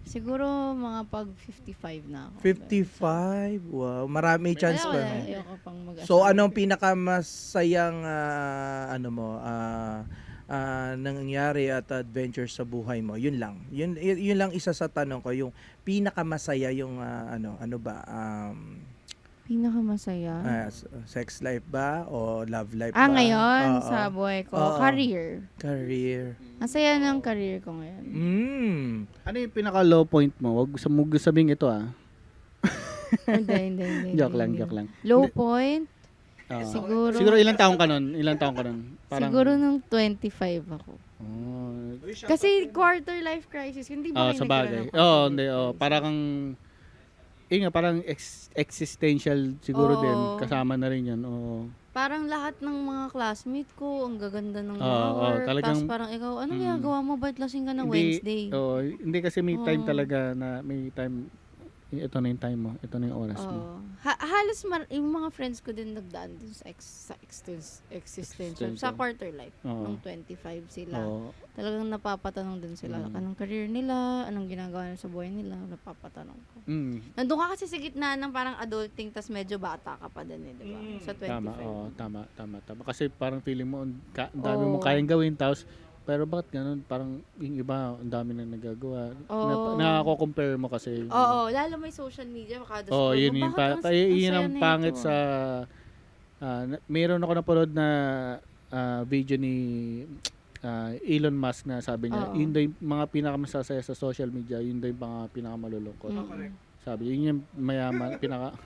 Siguro mga pag 55 na ako. 55? Wow, Wala, marami chance Wala, pa. wala, Ayoko pang mag So anong pinakamasayang ah, ano mo ah, ah, nangyari at adventure sa buhay mo? Yun lang. Yun y- yun lang isa sa tanong ko yung pinakamasaya yung ah, ano ano ba um, Pinakamasaya? ah, s- sex life ba o love life ah, ba? ngayon Oo. sa buhay ko. Oo. Career. career. Ang saya ng career ko ngayon. Mm. Ano yung pinaka-low point mo? Wag sa mug sabing ito ah. hindi, hindi, hindi. Joke lang, hindi. joke lang. Low point? Oo. Siguro, siguro siguro, ilang taong ka nun? Ilang taong ka nun? nung 25 ako. Oh, Kasi quarter life crisis, hindi oh, ba kayo sa nagkaroon bagay. ng Oo, quarter oh, hindi. life Oh, crisis? parang kang yun nga, parang ex- existential siguro Oo. din. Kasama na rin yun. Oo. Parang lahat ng mga classmate ko, ang gaganda ng mga Oo, oo, work. talagang- Tapos parang ikaw, ano Mm. ginagawa mo? Ba't lasing ka na Hindi, Wednesday? Oo, hindi kasi may time Oo. talaga na may time. Ito na yung time mo. Ito na yung oras mo. Oo. Ha- halos mar- yung mga friends ko din nagdaan dun sa, ex- sa extens- existential, Existential. sa quarter life. Oo. Nung 25 sila. Oo. Talagang napapatanong din sila. Mm. Anong career nila? Anong ginagawa nila sa buhay nila? Napapatanong ko. Mm, Nandun ka kasi sa gitna ng parang adulting tas medyo bata ka pa din eh, di ba? Mm. Sa 25. tama, oo, tama, tama, tama. Kasi parang feeling mo, ang ka- ang dami mo Oo. kayang gawin, tapos, pero bakit ganun? Parang yung iba, ang dami na nagagawa. Oo. Na, nakako-compare mo kasi. Oo, lalo may social media, kada Oo, oh, yun, yun, pa, pa, yun ang pangit sa... ah, na- mayroon ako napanood na ah, video ni ah, Elon Musk na sabi niya, Oo. yun daw yung mga pinakamasasaya sa social media, yun daw yung mga Mm. pinakamalulungkot. Sabi, niya, yun yung mayaman, pinaka...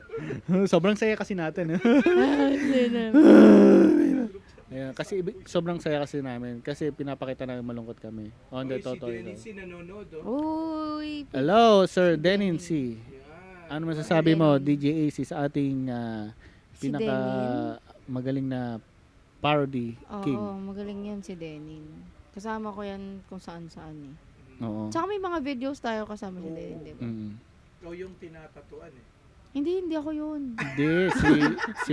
sobrang saya kasi natin. eh. Ayan, kasi ibi- sobrang saya kasi namin kasi pinapakita namin malungkot kami. On the totoo. ito. nanonood. Uy, Hello, Sir Denin C. Yeah. Ano masasabi mo, Denin. DJ AC, sa ating ah, Si pinaka Denin? magaling na parody king? Oo, magaling yan si Denin. Kasama ko yan kung saan-saan eh. Oo. Tsaka may mga videos tayo kasama si Denin, di ba? Mm. Ikaw yung tinatatuan eh. Hindi, hindi ako yun. Hindi, si,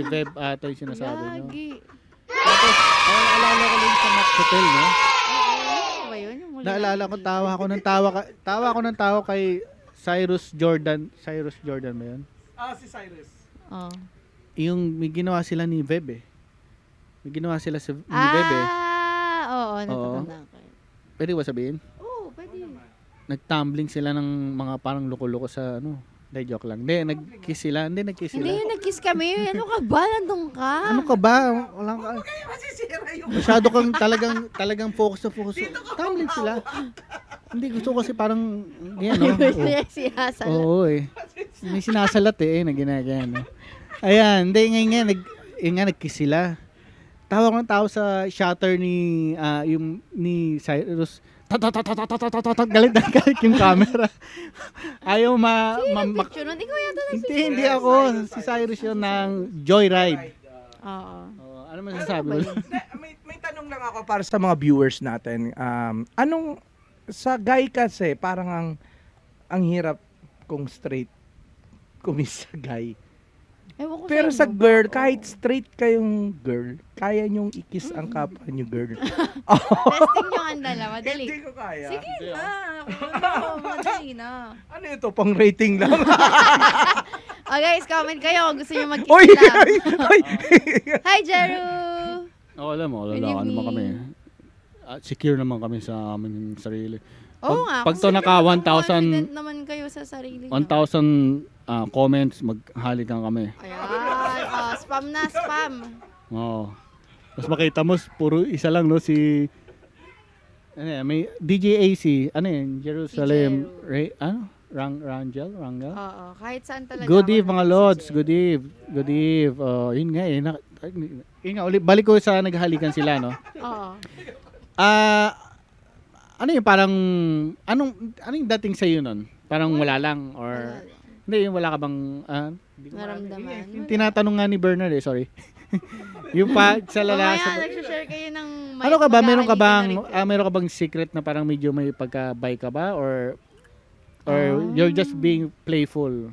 si Web ata yung Ano sinasabi nyo. Lagi. Ay, naalala ko lang sa Max Hotel, no? Ano ba yun? Yung muli- Naalala ko, tawa ako ng tawa, ka- tawa ako ng tawa kay Cyrus Jordan. Cyrus Jordan ba yun? Ah, si Cyrus. Oo. Yung may ginawa sila ni Web eh. May ginawa sila si, ni Web eh. Ah, oo, natatandaan ko. yun. Pwede ba sabihin? Oo, pwede. nagtumbling sila ng mga parang loko-loko sa ano. Hindi, joke lang. Hindi, nag-kiss sila. Hindi, nag-kiss Hindi, sila. nag-kiss kami. Ano ka ba? Nandun ka? Ano ka ba? Walang ka. Masisira yung Masyado kang talagang, talagang focus na focus. Tumbling sila. Hindi, gusto ko kasi parang, yan no? Pwede si Hasan. Oo, eh. May sinasalat eh, eh, na ginagaya, no? Ayan, hindi, ngayon nga, nag, yun nga, nag-kiss sila. Tawa ko ng tao sa shutter ni, ah, yung, ni Cyrus. Tatatatatatatatatatat, galit na galit yung camera. Ayaw ma, ma, ma- Picture nun, ikaw yata na Hindi, picture. hindi ako. Si Cyrus yun ng Joyride. Oo. Oh, ano masasabi mo? may, may tanong lang ako para sa mga viewers natin. Um, anong sa guy kasi parang ang ang hirap kung straight kumis sa guy. Ewan ko Pero inyo sa ba? girl, Oo. kahit straight kayong girl, kaya niyong ikis ang kapwa niyo girl. Testing nyo ang dalawa. Ah, Dali. Hindi ko kaya. Sige na. Oo, madali na. Ano ito, pang rating lang? Oh, guys, comment kayo kung gusto nyo mag-kiss Uy! na. ay, ay. Hi, Jeru! Oo, alam mo, Believe lalaka naman me. kami. At secure naman kami sa aming sarili. Pag- Oo nga. pag to kung naka sino- 1,000 confident naman kayo sa sarili nyo. 1,000 ah, comments, maghalikan kami. Ayan. Oh, spam na, spam. Oo. Mas makita mo, puro isa lang, no? Si... Ano yan, may DJ AC, ano yan, Jerusalem, Si Jero. Ray, ano? Rang, Rangel, Rangel? Oo, kahit saan Oh, talaga. Good ako eve mga nagsisisi. lords, good eve, good eve. Oh, yun nga eh. Na, ay, yun nga, ulit, balik ko sa naghalikan sila, no? Oo. Ah, ano yung parang, anong, anong dating sa'yo nun? Parang wala lang Wala or, lang. hindi, yung wala ka bang, ah, hindi ko maalala. Naramdaman. Yung tinatanong nga ni Bernard eh, sorry. yung pa, sa lalaki. Mamaya, nagsishare kayo ng mic, ano ka ba, meron ka mag-aalitan bang, na rin ah, meron ka bang secret na parang medyo may pagka-bye ka ba or, or Ah. you're just being playful? kayo.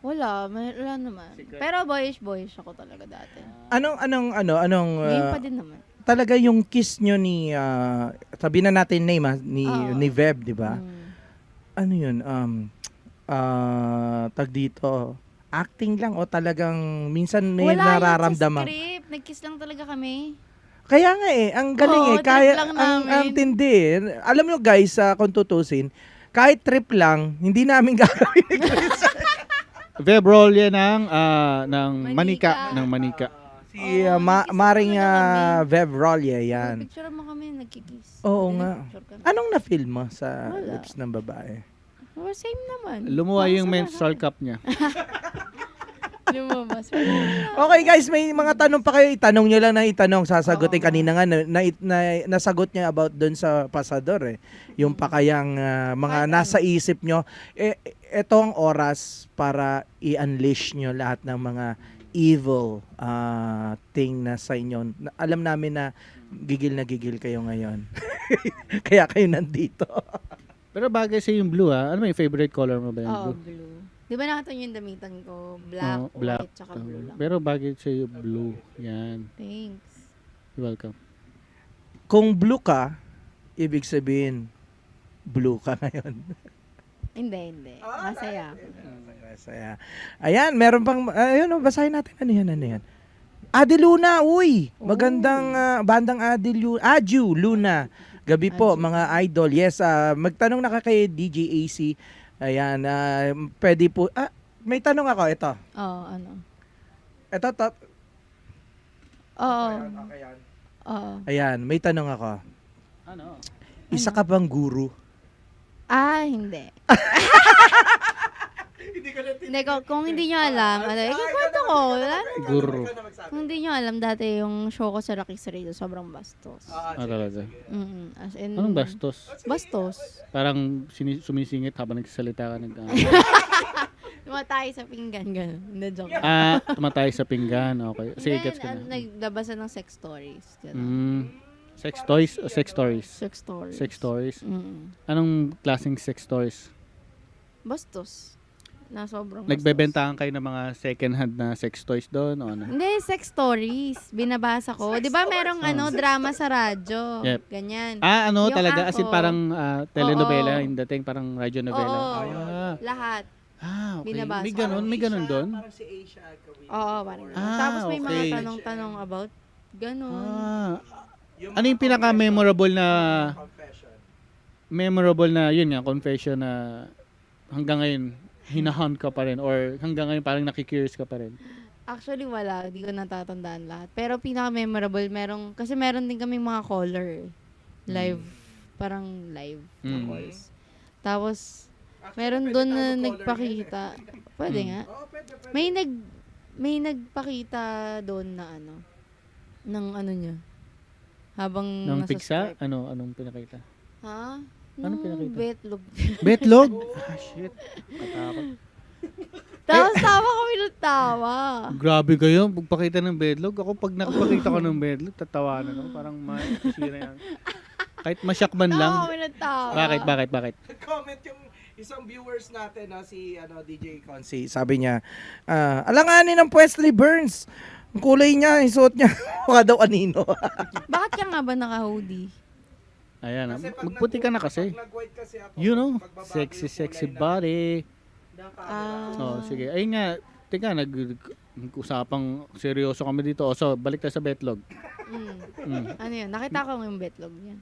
Wala, may- wala naman. Secret. Pero boyish-boyish ako talaga dati. Anong, anong, ano, anong, uh, Ngayon pa din naman. talaga yung kiss nyo ni, ah, sabihin na natin name, ah, ni, Oo. ni Veb, di ba? Mm. Ano yun, um, ah, tag dito, acting lang o talagang minsan may Wala yun sa nararamdaman. script. Nag-kiss lang talaga kami. Kaya nga eh, ang galing Oo, eh. trip Kaya, lang ang, namin. ang tindi eh. Alam nyo guys, sa kung tutusin, kahit trip lang, hindi namin gagawin. Veb roll yan ng, ah, ng Manika. manika. Ng manika. si Oo, ah, ma- nag-kiss Maring talaga ah, kami. Vev Rolle, yan. Picture mo kami, nagkikiss. Oo nga. Picture kami. Anong na-feel mo sa Wala. lips ng babae? Oh, same naman. Lumuha Parang yung sama menstrual namin. cup niya. Lumabas. Okay guys, may mga tanong pa kayo. Itanong nyo lang na itanong. Sasagutin Oo nga. kanina nga, na, na, na- nasagot niya about doon sa pasador eh. Yung pakayang ah, Paano? mga nasa isip nyo. E, eto ang oras para i-unleash nyo lahat ng mga evil ah, thing na sa inyo. Na- Alam namin na gigil na gigil kayo ngayon. Kaya kayo nandito. Pero bagay sa yung blue ha. Ano ba yung favorite color mo ba yung Oo, blue? Oh, blue. Di ba nakatan yung damitan ko? Black, Oo, Oh, black. white, tsaka blue lang. Pero bagay sa yung blue. Yan. Thanks. You're welcome. Kung blue ka, ibig sabihin, blue ka ngayon. Hindi, hindi. Masaya Ah, ako. Masaya. Ayan, meron pang, ayun, oh, basahin natin. Ano yan, ano yan? Adi Luna, uy! Magandang ah, bandang Adi Luna. Aju Luna. Gabi po, Aju. mga idol. Yes, ah, magtanong na ka kay DJ AC. Ayan, ah, pwede po. Ah, may tanong ako, ito. Oo, ano. Ito, top. Oo. Oo. Ayan, may tanong ako. Ano? Isa ka bang guru? Ah, hindi. hindi ko, kung hindi nyo alam, ano, eh, kwento ko. Wala na. Guru. Kung hindi nyo alam, dati yung show ko sa Rocky Radio, sobrang bastos. Ah, talaga. Mm, as in, Anong bastos? Bastos. Parang sini- sumisingit habang nagsasalita ka ng Tumatay sa pinggan, gano'n. Hindi, joke. Ah, tumatay sa pinggan. Okay. Sige, Then, gets ko ah, na. Naglabasan ng sex stories. Gano'n. Mm. Sex toys? o Sex stories? Sex stories. Sex stories? Mm. Anong klaseng sex stories? Bastos. Na sobrang bastos. Nagbebentahan kayo ng mga second hand na sex toys doon o ano? Hindi, sex stories. Binabasa ko. Di ba merong ano, drama sa radyo? Yep. Ganyan. Ah, ano Yung talaga? As in ako. parang ah, telenovela Oo. yung dating, parang radyo novela. Oo. Ah, Lahat. ah, okay. Binabasa. May ganun, may ganun doon? Parang si Asia. Oo, parang ganun. Ah, Tapos may mga okay. tanong-tanong about ganun. Ah, ano yung pinaka-memorable na, memorable na, yun nga, confession na hanggang ngayon, hinahunt ka pa rin or hanggang ngayon parang nakikurious ka pa rin? Actually, wala. Hindi ko natatandaan lahat. Pero pinaka-memorable, merong, kasi meron din kaming mga caller. Hmm. Live. Parang live na Mm. calls. Tapos, meron doon na nagpakita. Pwede Mm. nga. May nag, may nagpakita doon na ano, ng ano niya. Habang Nung Hmm, nasa piksa? Skype. Ano? Anong pinakita? Ha? Anong Hmm, Nung Ano pinakita? betlog. Betlog? ah, shit. Natakot. Tapos tawa kami ng tawa. Grabe kayo, pagpakita ng bedlog. Ako pag nakapakita ko ng bedlog, tatawanan ako. Parang masira yan. Kahit masyakman Tawa lang. kami ng tawa. Bakit, bakit, bakit? comment yung isang viewers natin na si ano DJ Consi. Sabi niya, ah, alanganin ng Wesley Burns. Ang kulay niya, yung suot niya. Baka daw anino. Bakit ka nga ba naka-hoodie? Ayan, ah, magputi ka na kasi. nag-white kasi ako, You know, sexy, sexy body. Ah. Oh, sige. Ayun nga, teka, nag usapang seryoso kami dito. O, so, balik tayo sa betlog. Mm. Mm. Ano yun? Nakita ko yung betlog niya.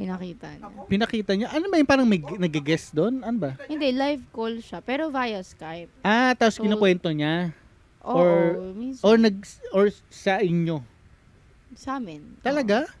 Pinakita niya. Pinakita niya, ano ba yung parang may nag-guess doon? Ano ba? Hindi, live call siya. Pero via Skype. Ah, tapos So- kinukwento niya. Oo, Or- minsan. Or, nag, or sa inyo. sa amin. Talaga? Oo.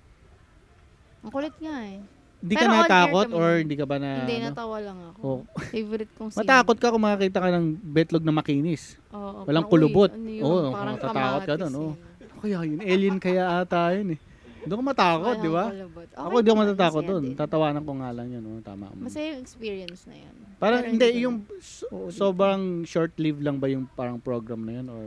Ang kulit nga eh. Hindi ka Pero all year natakot kami or nun. hindi ka ba na... Hindi, ano? natawa lang ako. Oh. Favorite kong scene. Matakot ka kung makakita ka ng betlog na makinis. Oo, Walang parang, kulubot. uy, ano yun? Oo, Parang matatakot ka kamatis dun, oh. oo. yun. Ano Kaya yun, alien kaya ata yun eh. Hindi ako matakot, Walang di ba? kulubot. Okay Ako hindi ako naman, matatakot masaya doon. din. Tatawanan ko nga lang yun. oh, Tama mo. Masaya yung experience na yun. Parang Pero hindi, ko yung so- sobrang short-lived lang ba yung parang program na yun or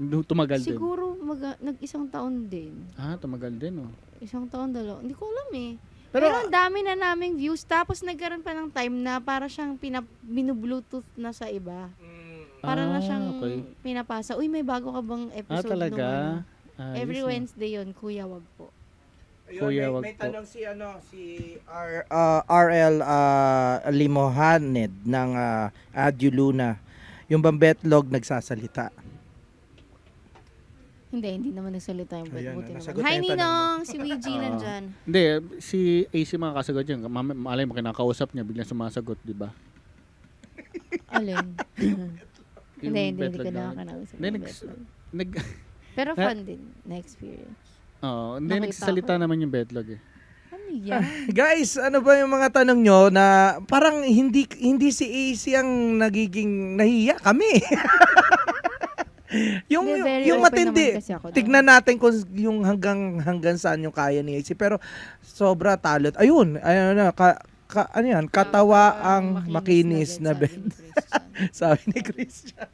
hindi- na- tumagal din? Siguro mag- nag-isang taon din. Ah, tumagal din oh. Isang taon, dalawa. Hindi ko alam eh. Pero, Pero, ang dami na naming mm, views. Tapos nagkaroon pa ng time na para siyang pinab- binubluetooth na sa iba. Para na siyang Ah, okay. pinapasa. Uy, may bago ka bang Ah, episode? nung talaga? ano? Ah, Every ayos na. Wednesday yon Kuya, wag po. Ayun, Kuya, may- wag may may, po. tanong tanong si ano si R, ah, RL ah, Limohaned ng uh, Aduluna. Yung bambetlog nagsasalita. Hindi, hindi naman nagsalita yung Ayan, buti naman. nasagot na Hi, yung tanong Ninong! Si Ouija Ah. nandyan. Hindi, si AC makakasagot yan. Mami- Malay mo, kinakausap niya, biglang sumasagot, di ba? Alin? hindi, Yung hindi, hindi ko betlog na- nakakanausap. Hindi, ng next- betlog. Nag, Pero Ha? fun din na experience. oh, hindi, Nakita nagsasalita naman yung betlog eh. Ano yan? Guys, ano ba yung mga tanong nyo na parang hindi hindi si AC ang nagiging nahiya kami. yung Hindi, very yung open matindi. naman kasi ako. Tignan natin kung yung hanggang hanggang saan yung kaya ni AC pero sobra talent. Ayun, ayun na ka, ka- ano yan, katawa Ah, ang makinis na bed. bed. Sabi ni Christian.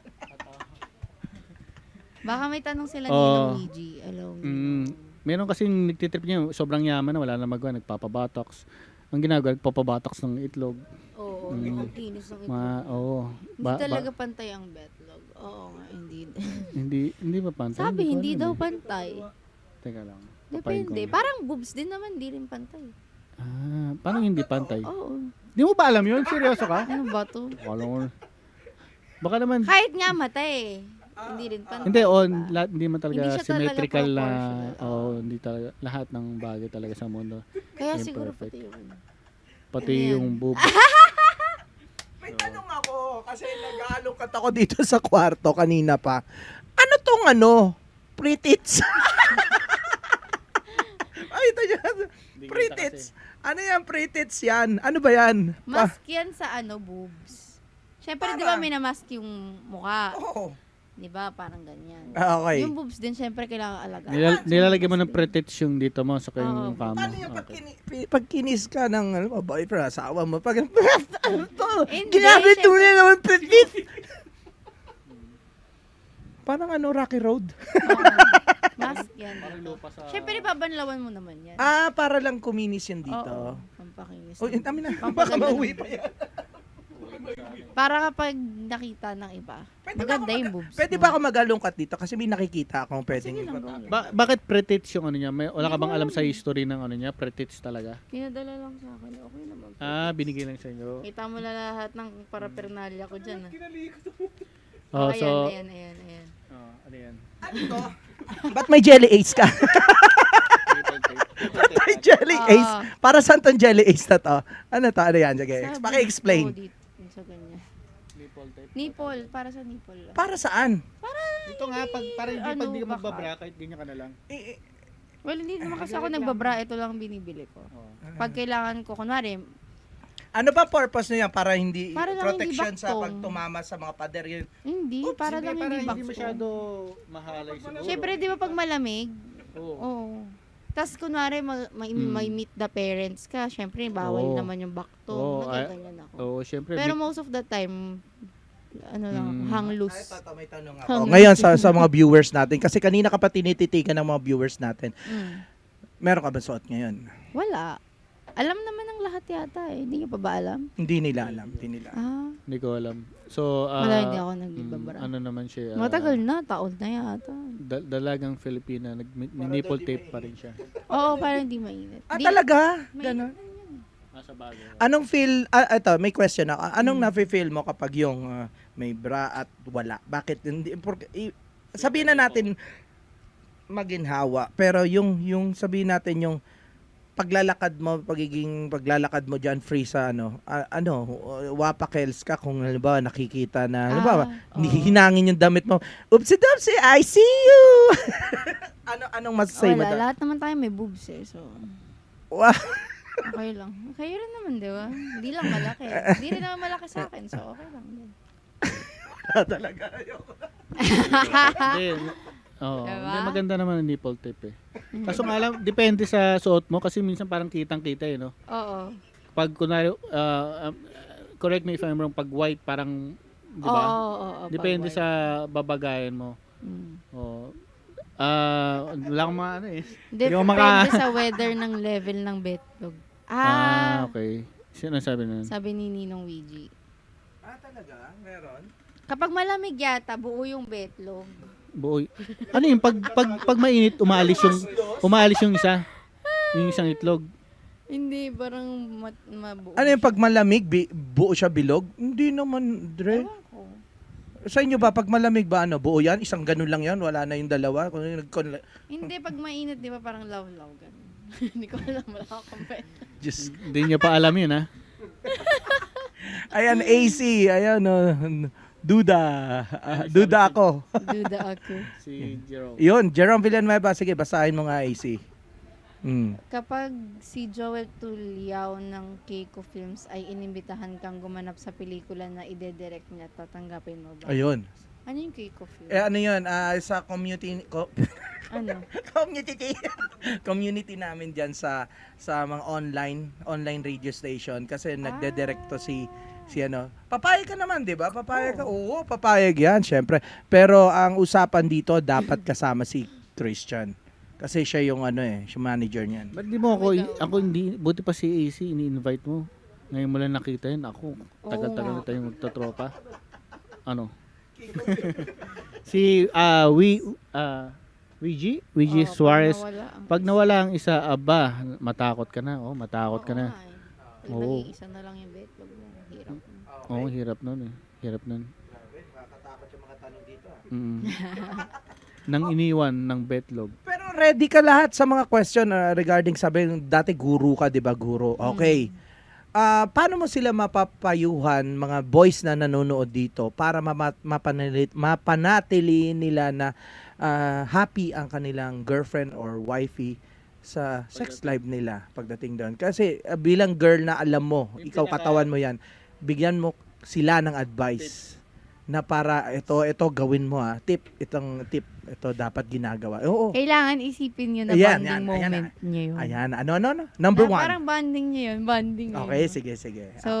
Baka may tanong sila Oo. ni Ninong Ouija. Alam mo. Oh. Mm. Meron kasi nagtitrip niya, sobrang yaman na, wala na magawa, nagpapabatox. Ang ginagawa, nagpapabatox ng itlog. Oo, Mm. ang kinis ng ito. Ma, oo. Hindi Ba- ba- talaga pantay ang betlog. Oo nga, hindi. hindi, hindi ba pantay? Sabi, ko hindi alam daw eh. pantay. Teka lang. Papayin ko Depende. nga. Parang boobs din naman, hindi rin pantay. Ah, parang hindi pantay. Oo. Di mo ba alam yun? Seryoso ka? Ano ba to? Akala ko. Baka naman, Kahit nga mata eh. Hindi rin pantay. Hindi, on, diba? lahat, hindi man Hindi talaga siya talaga symmetrical na, proportional, oo. oh, hindi talaga, lahat ng bagay talaga sa mundo. Kaya siguro imperfect. pati yun. Pati Ano yan? yung boob. May tanong ako kasi nag-aalok ako dito sa kwarto kanina pa. Ano tong ano? Pretits. Ay, ito yan. Pretits. Ano yan, pretits yan? Ano ba yan? Pa- Mask yan sa ano, boobs. Siyempre, Para. di ba minamask yung mukha? Oo. Di ba? Parang ganyan. Oh. Ah, okay. Yung boobs din, siyempre, kailangan alagaan. Nilal- So, nilalagyan mo mask ng din. pretits yung dito mo sa kayong kamo. Oo. Paano yan Ano Ah, pag, Okay. kini- pi- pag kinis ka ng ano, mo, boyfriend, asawa mo? Pag, ano to? Hindi, Ginamit mo syempre. na naman pretits. Parang ano, Rocky Road. Oo. mask yan. Siyempre, pabanlawan mo naman yan. Ah, para lang kuminis yan dito. Oo. Pampakinis. Oh, yun, amin na. Pampaganda Baka mauwi naman. pa yan. Para kapag nakita ng iba. Pwede ba, ako Maganda yung mag- boobs. pwede mo. ba ako magalungkat dito? Kasi may nakikita akong pwedeng... Sige lang. Ba- Ba- bakit pretits yung ano niya? May, wala ka Hindi ko bang alam sa alam eh. history ng ano niya? Pretits talaga. Pinadala lang sa akin. Okay naman. Ah, binigay lang sa inyo. Kita mo na lahat ng paraphernalia ko dyan. Ah. Oh, so, ayan, ayan, ayan. oh, ano yan? Ba't may jelly ace ka? Triple tape. Ba't may jelly Oo. ace? Para saan tong jelly ace na to? Ano to? Ano yan? Sige, Sabi paki-explain. ko dito, sa ganyan. Triple tape. Nipple, para sa nipple. Para saan? Ito nga, pag, parang hindi, Ano, pag di ka baka. magbabracket, ganyan ka na lang. Eh, eh, Well, hindi naman kasi ako nagbabra. Ito lang binibili ko. Oh. Pag kailangan ko, kunwari, Ano ba purpose na yan? Para hindi Para lang protection hindi sa baktong. pagtumama sa mga pader yun. hindi. para lang para hindi hindi bakso. masyado mahalay siguro. Siyempre, di ba pag malamig? Oo. Oo. Tapos kunwari, mag- may, Mm. may meet the parents ka, syempre, Oo. bawal naman yung bakto. Oo, eh, ay- Nagaganyan ako. Oo, siyempre. Pero most of the time, ano lang, ako, Mm. hang loose. Ay, tata, may tanong Hang- ako. Ngayon sa, sa mga viewers natin, kasi kanina ka pa tinititigan ng mga viewers natin. Mm. Meron ka ba suot ngayon? Wala. Alam naman ng lahat yata eh. Hindi niyo pa ba alam? Hindi nila alam. Hindi nila. Ah, Hindi ko alam. So, ah, wala, hindi ako mm, nagbibabara. ano naman siya? ah, Matagal na, taon na yata. da- dalagang Filipina, nag, may nipple tape pa rin siya. Oo, parang hindi mainit. Ah, Di- talaga? mainit Ganun. na yun. Nasa bago. Anong feel, ah, ito, may question ako. Hmm. Anong nafe-feel mo kapag yung ah, may bra at wala? Bakit hindi? Porque, i- sabihin na natin maginhawa, pero yung, yung sabihin natin yung paglalakad mo, pagiging paglalakad mo dyan free sa ano, ah, ano, uh, wapakels ka kung halimbawa nakikita na, halimbawa, Ah, oo. hinangin yung damit mo. Oopsie doopsie, I see you! ano, anong masasay mo Wala, doon? lahat naman tayo may boobs eh. So, Wow. okay lang. Okay rin naman, di ba? Hindi lang malaki. Hindi rin naman malaki sa akin. So, okay lang. din. Talaga, ayoko. Hindi, Oo, Diba? hindi, maganda naman ang nipple tape eh. Mm. Kaso nga lang, depende sa suot mo kasi minsan parang kitang-kita eh, no? Oo. Pag kunwari, ah, ah, correct me if I'm wrong, pag white parang, di Oo, ba? oo, oo, oo, Depende bawal. sa babagayan mo. Mm. Oo. Oh. Ah, wala akong mga ano eh. Hindi ko Depende maka- sa weather ng level ng betlog. Ah, Ah, okay. Sino ang sabi nun? sabi ni Ninong Ouija. Ah, talaga? Meron? Kapag malamig yata, buo yung betlog. Buoy. Ano yung pag, pag, pag mainit, umalis yung, umalis yung isa. Yung isang itlog. Hindi, parang mat- mabuo. Ano yung pag malamig, bi- buo siya bilog? Hindi naman, Dre. Ewan ko. Sa inyo ba, pag malamig ba, ano, buo yan? Isang ganun lang yan, wala na yung dalawa. Kung yung nag- Hindi, pag mainit, di ba parang lawlaw ganun. Hindi ko alam, wala akong pet. Just, Hindi niya pa alam yun, ha? ayan, AC, ayan, oh, duda, Ah, duda ako. Duda ako. Si Jerome. Yun, Jerome Villanueva, sige, basahin mo nga AC. Mm. Kapag si Joel Tuliao ng Keiko Films ay inimbitahan kang gumanap sa pelikula na idedirect niya, tatanggapin mo ba? Ayun. Ano yung Keiko Films? Eh, ano yun, ah, sa community, co- ano? community community namin diyan sa sa mga online online radio station kasi nagde-direct to si si ano papayag ka naman 'di ba papayag ka oo papayag yan syempre pero ang usapan dito dapat kasama si Christian kasi siya yung ano eh siya manager niyan Ba't di mo ako, Ikaw. ako hindi, buti pa si AC, ini-invite mo. Ngayon mo lang nakita yun. Ako, tagal-tagal na nga. tayong magtotropa. Ano? si, ah, we, ah, Wiji? Wiji Oo, Suarez. Pag nawala, ang Pag nawala ang isa, aba, matakot ka na. Oh, matakot ka Oo na. nga eh. Pag Oo. nag-iisa na lang yung betlog mo, hirap. Oo, hirap nun eh. Hirap nun. ah. Mm. Nang iniwan ng betlog. pero ready ka lahat sa mga question ah, regarding sabi dati guru ka 'di ba guru Mm. okay Ah, paano mo sila mapapayuhan mga boys na nanonood dito para mama- mapanali- mapanatili nila na ah, happy ang kanilang girlfriend or wifey sa sex life nila pagdating doon. Kasi ah, bilang girl na alam mo, Yung ikaw pinaka- katawan mo 'yan, bigyan mo sila ng advice na para ito ito gawin mo ah tip itong tip ito dadapat ginagawa oo Kailangan isipin yun na Oh. Ayan, bonding yan, ayan moment niya yun. ayan ano ano ano number Na one Parang bonding niya yun, bonding niya okay yun. sige sige So,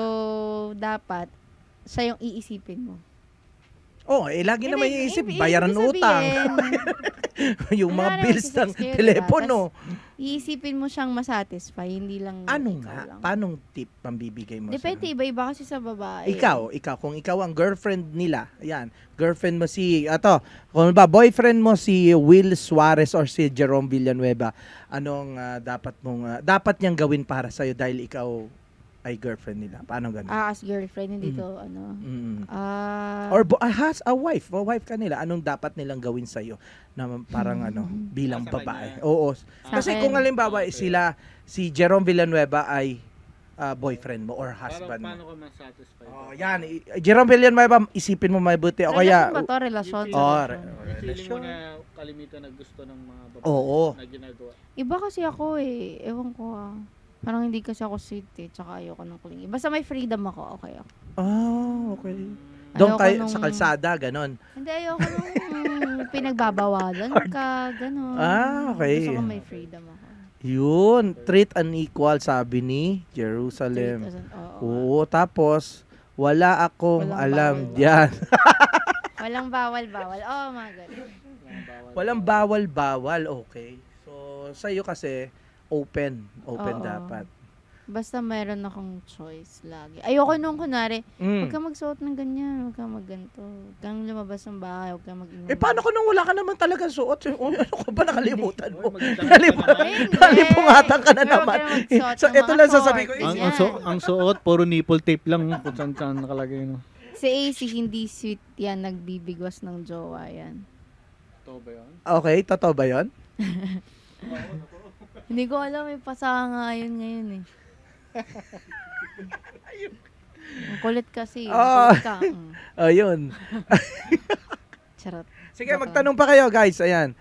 dapat, siya yung iisipin mo. Oh, eh, lagi Eh, naman like, iisip, ibig- bayaran ibig ng utang. sabihin, yung mga kunwari, bills magsisex ng kayo, telepono. Iisipin mo siyang masatisfy, hindi lang Ano ikaw nga? lang. Paanong tip pambibigay mo? sa- Depende, iba-iba kasi sa babae. Ikaw, ikaw, kung ikaw ang girlfriend nila, ayan, girlfriend mo si, ato, kung ba, boyfriend mo si Will Suarez or si Jerome Villanueva, anong ah, dapat mong, ah, dapat niyang gawin para sa'yo dahil ikaw ay girlfriend nila? Paano ganun? Ah, as girlfriend, hindi Mm. to, ano. Mm. Ah, Or bo- ah, has a wife, o wife ka nila, anong dapat nilang gawin sa'yo na parang ano, bilang Ah, sa babae? kanya. Oo. Sa Kasi akin. kung halimbawa eh, sila, si Jerome Villanueva ay ah, boyfriend mo or husband mo. ka masatisfy? Oh, yan. I- Jerome Villanueva, isipin mo mabuti. O relasyon kaya, ba to? Relasyon? Yung or, Relasyon. relasyon. na kalimitan na gusto ng mga babae Oo. na ginagawa. Iba kasi ako eh. Ewan ko ah. Parang hindi kasi ako sweet eh. Tsaka ayoko ng clingy. Basta may freedom ako, okay ako. Oh, okay. Hmm, Doon Ayoko kayo nung- sa kalsada, ganon. Hindi, ayoko nung pinagbabawalan ka, ganun. Ah, okay. Gusto ko may freedom ako. Yun, treat unequal, sabi ni Jerusalem. Treat as an- oo. Oo, tapos, wala akong Walang alam bawal. diyan. Walang bawal-bawal. Oo, oh, mga ganun. Walang bawal-bawal, okay. So, sa'yo kasi, open. Open Oo. dapat. Basta meron akong choice lagi. Ayoko nung kunwari, Mm. huwag ka magsuot ng ganyan, huwag ka magganto. Huwag kang lumabas ng bahay, huwag kang mag-inom. Eh, paano kung nung wala ka naman talaga suot? Eh, Ano ko ba nakalimutan mo? Eh, hindi. Nalipungatan ka na Pero huwag naman. ka magsuot So, ng ito mga lang sasabihin ko, shorts. Ang, ang, Yan. su- ang suot, puro nipple tape lang kung saan saan nakalagay. No? Si AC, hindi sweet yan, nagbibigwas ng jowa yan. Ito ba yun? Okay, totoo ba yun? Hindi ko alam, may pasanga yun ngayon eh. Ang kulit kasi. ang Ah. kulit ka. Mm. Ayun. Charot. Sige, Baka- magtanong pa kayo, guys. Ayan.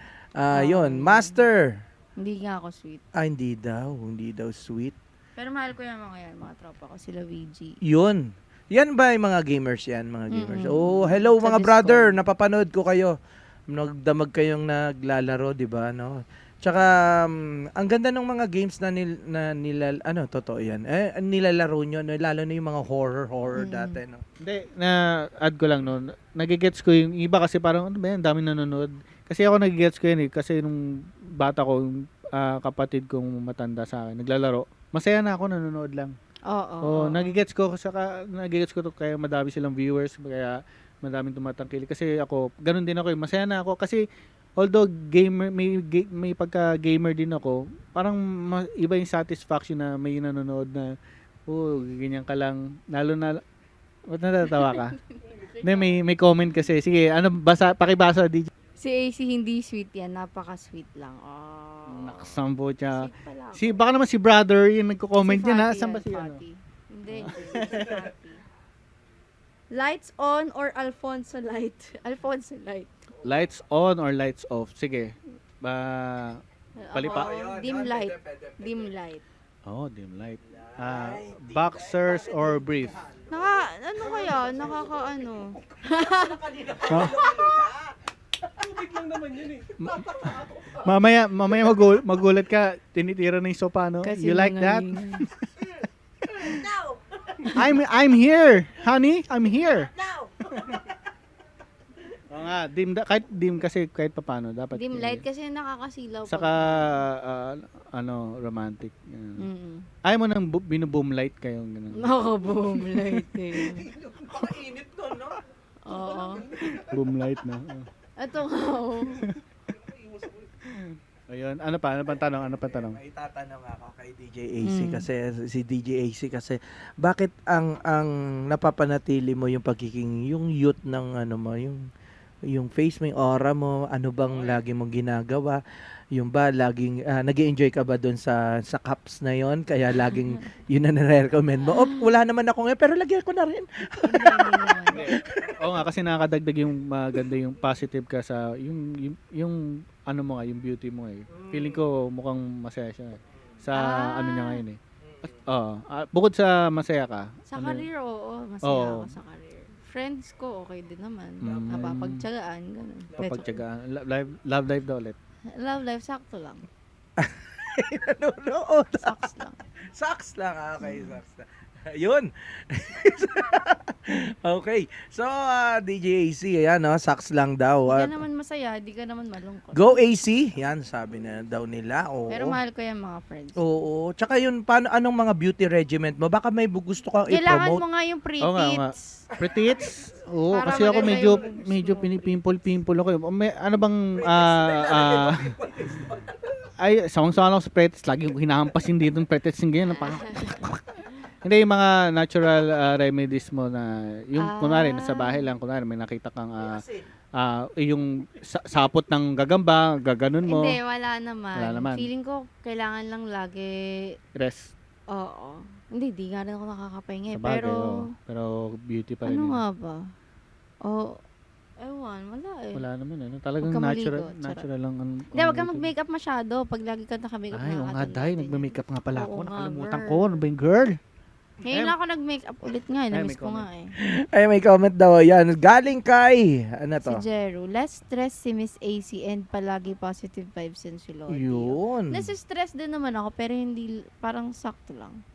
Um, Ah, yun. Master. Hindi nga ako sweet. Ah, hindi daw. Hindi daw sweet. Pero mahal ko yung mga yan, mga tropa ko. Sila Luigi. Yun. Yan ba yung mga gamers yan, mga gamers? Mm-mm. Oh, hello Sa mga Discord. brother, napapanood ko kayo. Nagdamag kayong naglalaro, 'di ba, no? Tsaka um, ang ganda ng mga games na, nil, na nila ano, totoo 'yan. Eh nilalaro niyo no, lalo na yung mga horror horror Mm. dati, no. Hindi, na-add ko lang noon. Nagigets ko yung iba kasi parang, ano ba yan, dami nanonood. Kasi ako nagigets ko yun eh. Kasi nung bata ko, yung ah, kapatid kong matanda sa akin, naglalaro. Masaya na ako, nanonood lang. Oo. Oo, nagigets ko. Saka nagigets ko to kaya madami silang viewers. Kaya Madaming tumatangkilik. Kasi ako, ganun din ako. eh. Masaya na ako. Kasi, although gamer, may, ga- may pagka-gamer din ako, parang ma- iba yung satisfaction na may nanonood na, oh, ganyan ka lang. Lalo na, ba't natatawa ka? Hindi, may, may comment kasi. Sige, ano, basa, pakibasa, DJ. Si AC hindi sweet yan. Napaka-sweet lang. Oh. Naksambo siya. Sweet pala ako. Si, baka naman si brother, yung nagko-comment Si yan, ha? Fatty Saan ba yan, si, ano? Fatty. Hindi, hindi. si Fatty. Lights on or Alfonso light? Alfonso light. Lights on or lights off? Sige. Ba, Palipa. Ako, dim light. Dim light. oh, dim light. Ah, boxers or brief? Naka, ano kaya? Nakaka ano? eh. Mamaya, mamaya magul magulat ka, tinitira na yung sopa, no? you like that? I'm I'm here, honey. I'm here. Oo nga, dim, da- kahit dim kasi kahit papano. Dapat Dim eh, light kasi nakakasilaw. pag- Saka, ah, ano, romantic. Yeah. Mm-mm. Ayaw mo nang bu- binoboom light kayong ganun. Naka boom light eh. Oo. Boom light na. Oh. Ito nga oh. Ayun, ano pa? Ano pang tanong? Ano pang tanong? May tatanong ako kay DJ AC Mm. kasi si DJ AC kasi bakit ang ang napapanatili mo yung pagiging yung youth ng ano mo yung yung face mo, yung aura mo, ano bang lagi mong ginagawa? Yung ba laging uh, enjoy ka ba doon sa sa cups na yon? Kaya laging yun na nare-recommend mo. Oh, wala naman ako ngayon pero lagyan ko na rin. Hindi, hindi naman. Oo nga kasi nakakadagdag yung maganda yung positive ka sa yung yung, yung ano mo nga yung beauty mo eh. Feeling ko mukhang masaya siya eh. sa Ah. ano niya ngayon eh. Oo. Ah, bukod sa masaya ka. Sa ano yun? career, oo. Masaya Oo. ako sa career. Friends ko, okay din naman. Mm. Napapagtsagaan, ganun. Papagtsagaan. Lo- Live, love life daw ulit. Love life, sakto lang. ano, no, Sucks lang. Socks lang, ah, okay, socks lang. Yun. okay. So, ah, DJ AC, ayan, no, socks lang daw. Di At ka naman masaya, di ka naman malungkot. go AC, yan, sabi na daw nila. Oo. Pero mahal ko yan mga friends. Oh, Oo. Tsaka yun, paano, anong mga beauty regiment mo? Baka may bu- gusto kang Kailangan i-promote. mo nga yung pre Oo nga, oo nga. tits. Pretty it's? Oo, Para kasi ako maganda medyo yung boobs medyo mo. pinipimple-pimple ako. eh. May, ano bang ah ah, ay sawang-sawa ako sa pretits. Lagi ko hinahampas yung dito ng pretits yung ganyan. Napaka- Hindi, yung mga natural ah, remedies mo na, yung Ah. kunwari, nasa bahay lang, kunwari, may nakita kang, ah, ah, yung sa- sapot ng gagamba, gaganon mo, Hindi, wala naman. Wala naman. Feeling ko, kailangan lang lagi, rest. oo. Hindi, di nga rin ako nakakapahinga. eh. Sa bagay, Pero, oo. pero beauty pa rin. ano yun. nga ba? Oh, ewan, wala eh. Wala naman, ano? Talagang Huwag ka maligo, natural, charot. natural lang. Ang, Hindi, wag kang beauty. mag-makeup masyado. Pag lagi ka naka-makeup, Ay, oo nga, nakakatulog day, din. nagme-makeup nga pala eh. Oo ako. nga, Nakalimutan girl. ko, ano ba yung girl? Ngayon lang ako nag-makeup ulit nga. eh, Ay, Namiss may ko nga eh. Ay, may comment daw. Yan, galing kay, ano Si to? Jeru, less stress si Miss AC and palagi positive vibes and si Lodi. Yun. Nasistress din naman ako, pero hindi, parang sakto lang.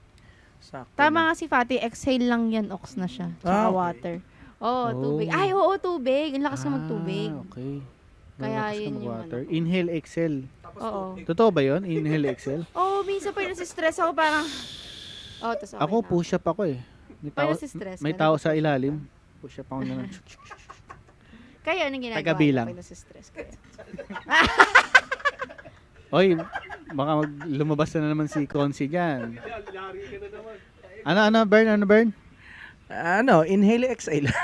Sakto Tama nga si Fatih, exhale lang yan, ox na siya. Tsaka Ah, okay. water. Oo, Oh. tubig. Ay, oo, tubig. Ang lakas naman tubig. Ah, okay. Kaya Relax ka yun yung mag-water. ano. Inhale, exhale. Oo. Totoo ba yun? Inhale, exhale? Oo, minsan pa yung nasistress ako, parang... Oo, tas okay Ako, na. push up ako eh. May Pag tao, nasistress may ka, tao sa ilalim. Push up ako na lang. Kaya anong ginagawa Tagabi niyo lang. pag nasistress eh. kayo? Oy, baka mag lumabas na naman si Consi dyan. Ano, ano, Bern? Ano, Bern? Ano, inhale, exhale.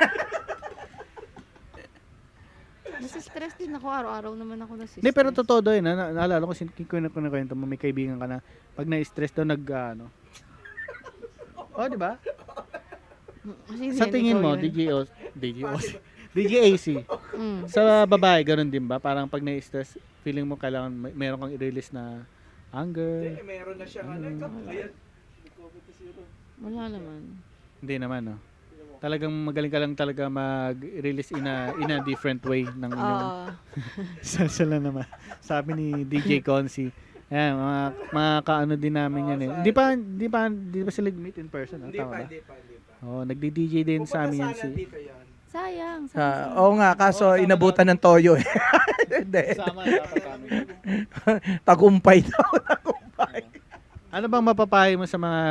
Nasistress din ako, araw-araw naman ako nasistress. Hindi, pero totoo doon. Na, na- naalala ko, sin- kikwento ko na kwento mo, may kaibigan ka na, pag na-stress daw, nag, ah, ano. Oh, di ba? Mm, Kasi Sa hindi tingin ko mo, yun. DJO, DJO, DJAC, Mm. sa babae, ganun din ba? Parang pag na-stress, feeling mo kailangan, may, meron kang i-release na anger. Meron na ano, siya. Wala naman. Hindi naman, no? Talagang magaling ka lang talaga mag-release in a, in a different way ng inyong Oo. Sa sila naman. Sabi ni DJ Consi. Ayan, mga, mga kaano din namin yan eh. Hindi pa, hindi pa, hindi pa sila meet in person. Hindi tama ba? pa, hindi pa. Oh, nagdi-DJ din sa amin yan si... dito yan. Sayang. sayang. Ah, oo nga, kaso inabutan ng toyo eh. Hindi. Sama dapat kami. Tagumpay daw. Ano bang mapapahay mo sa mga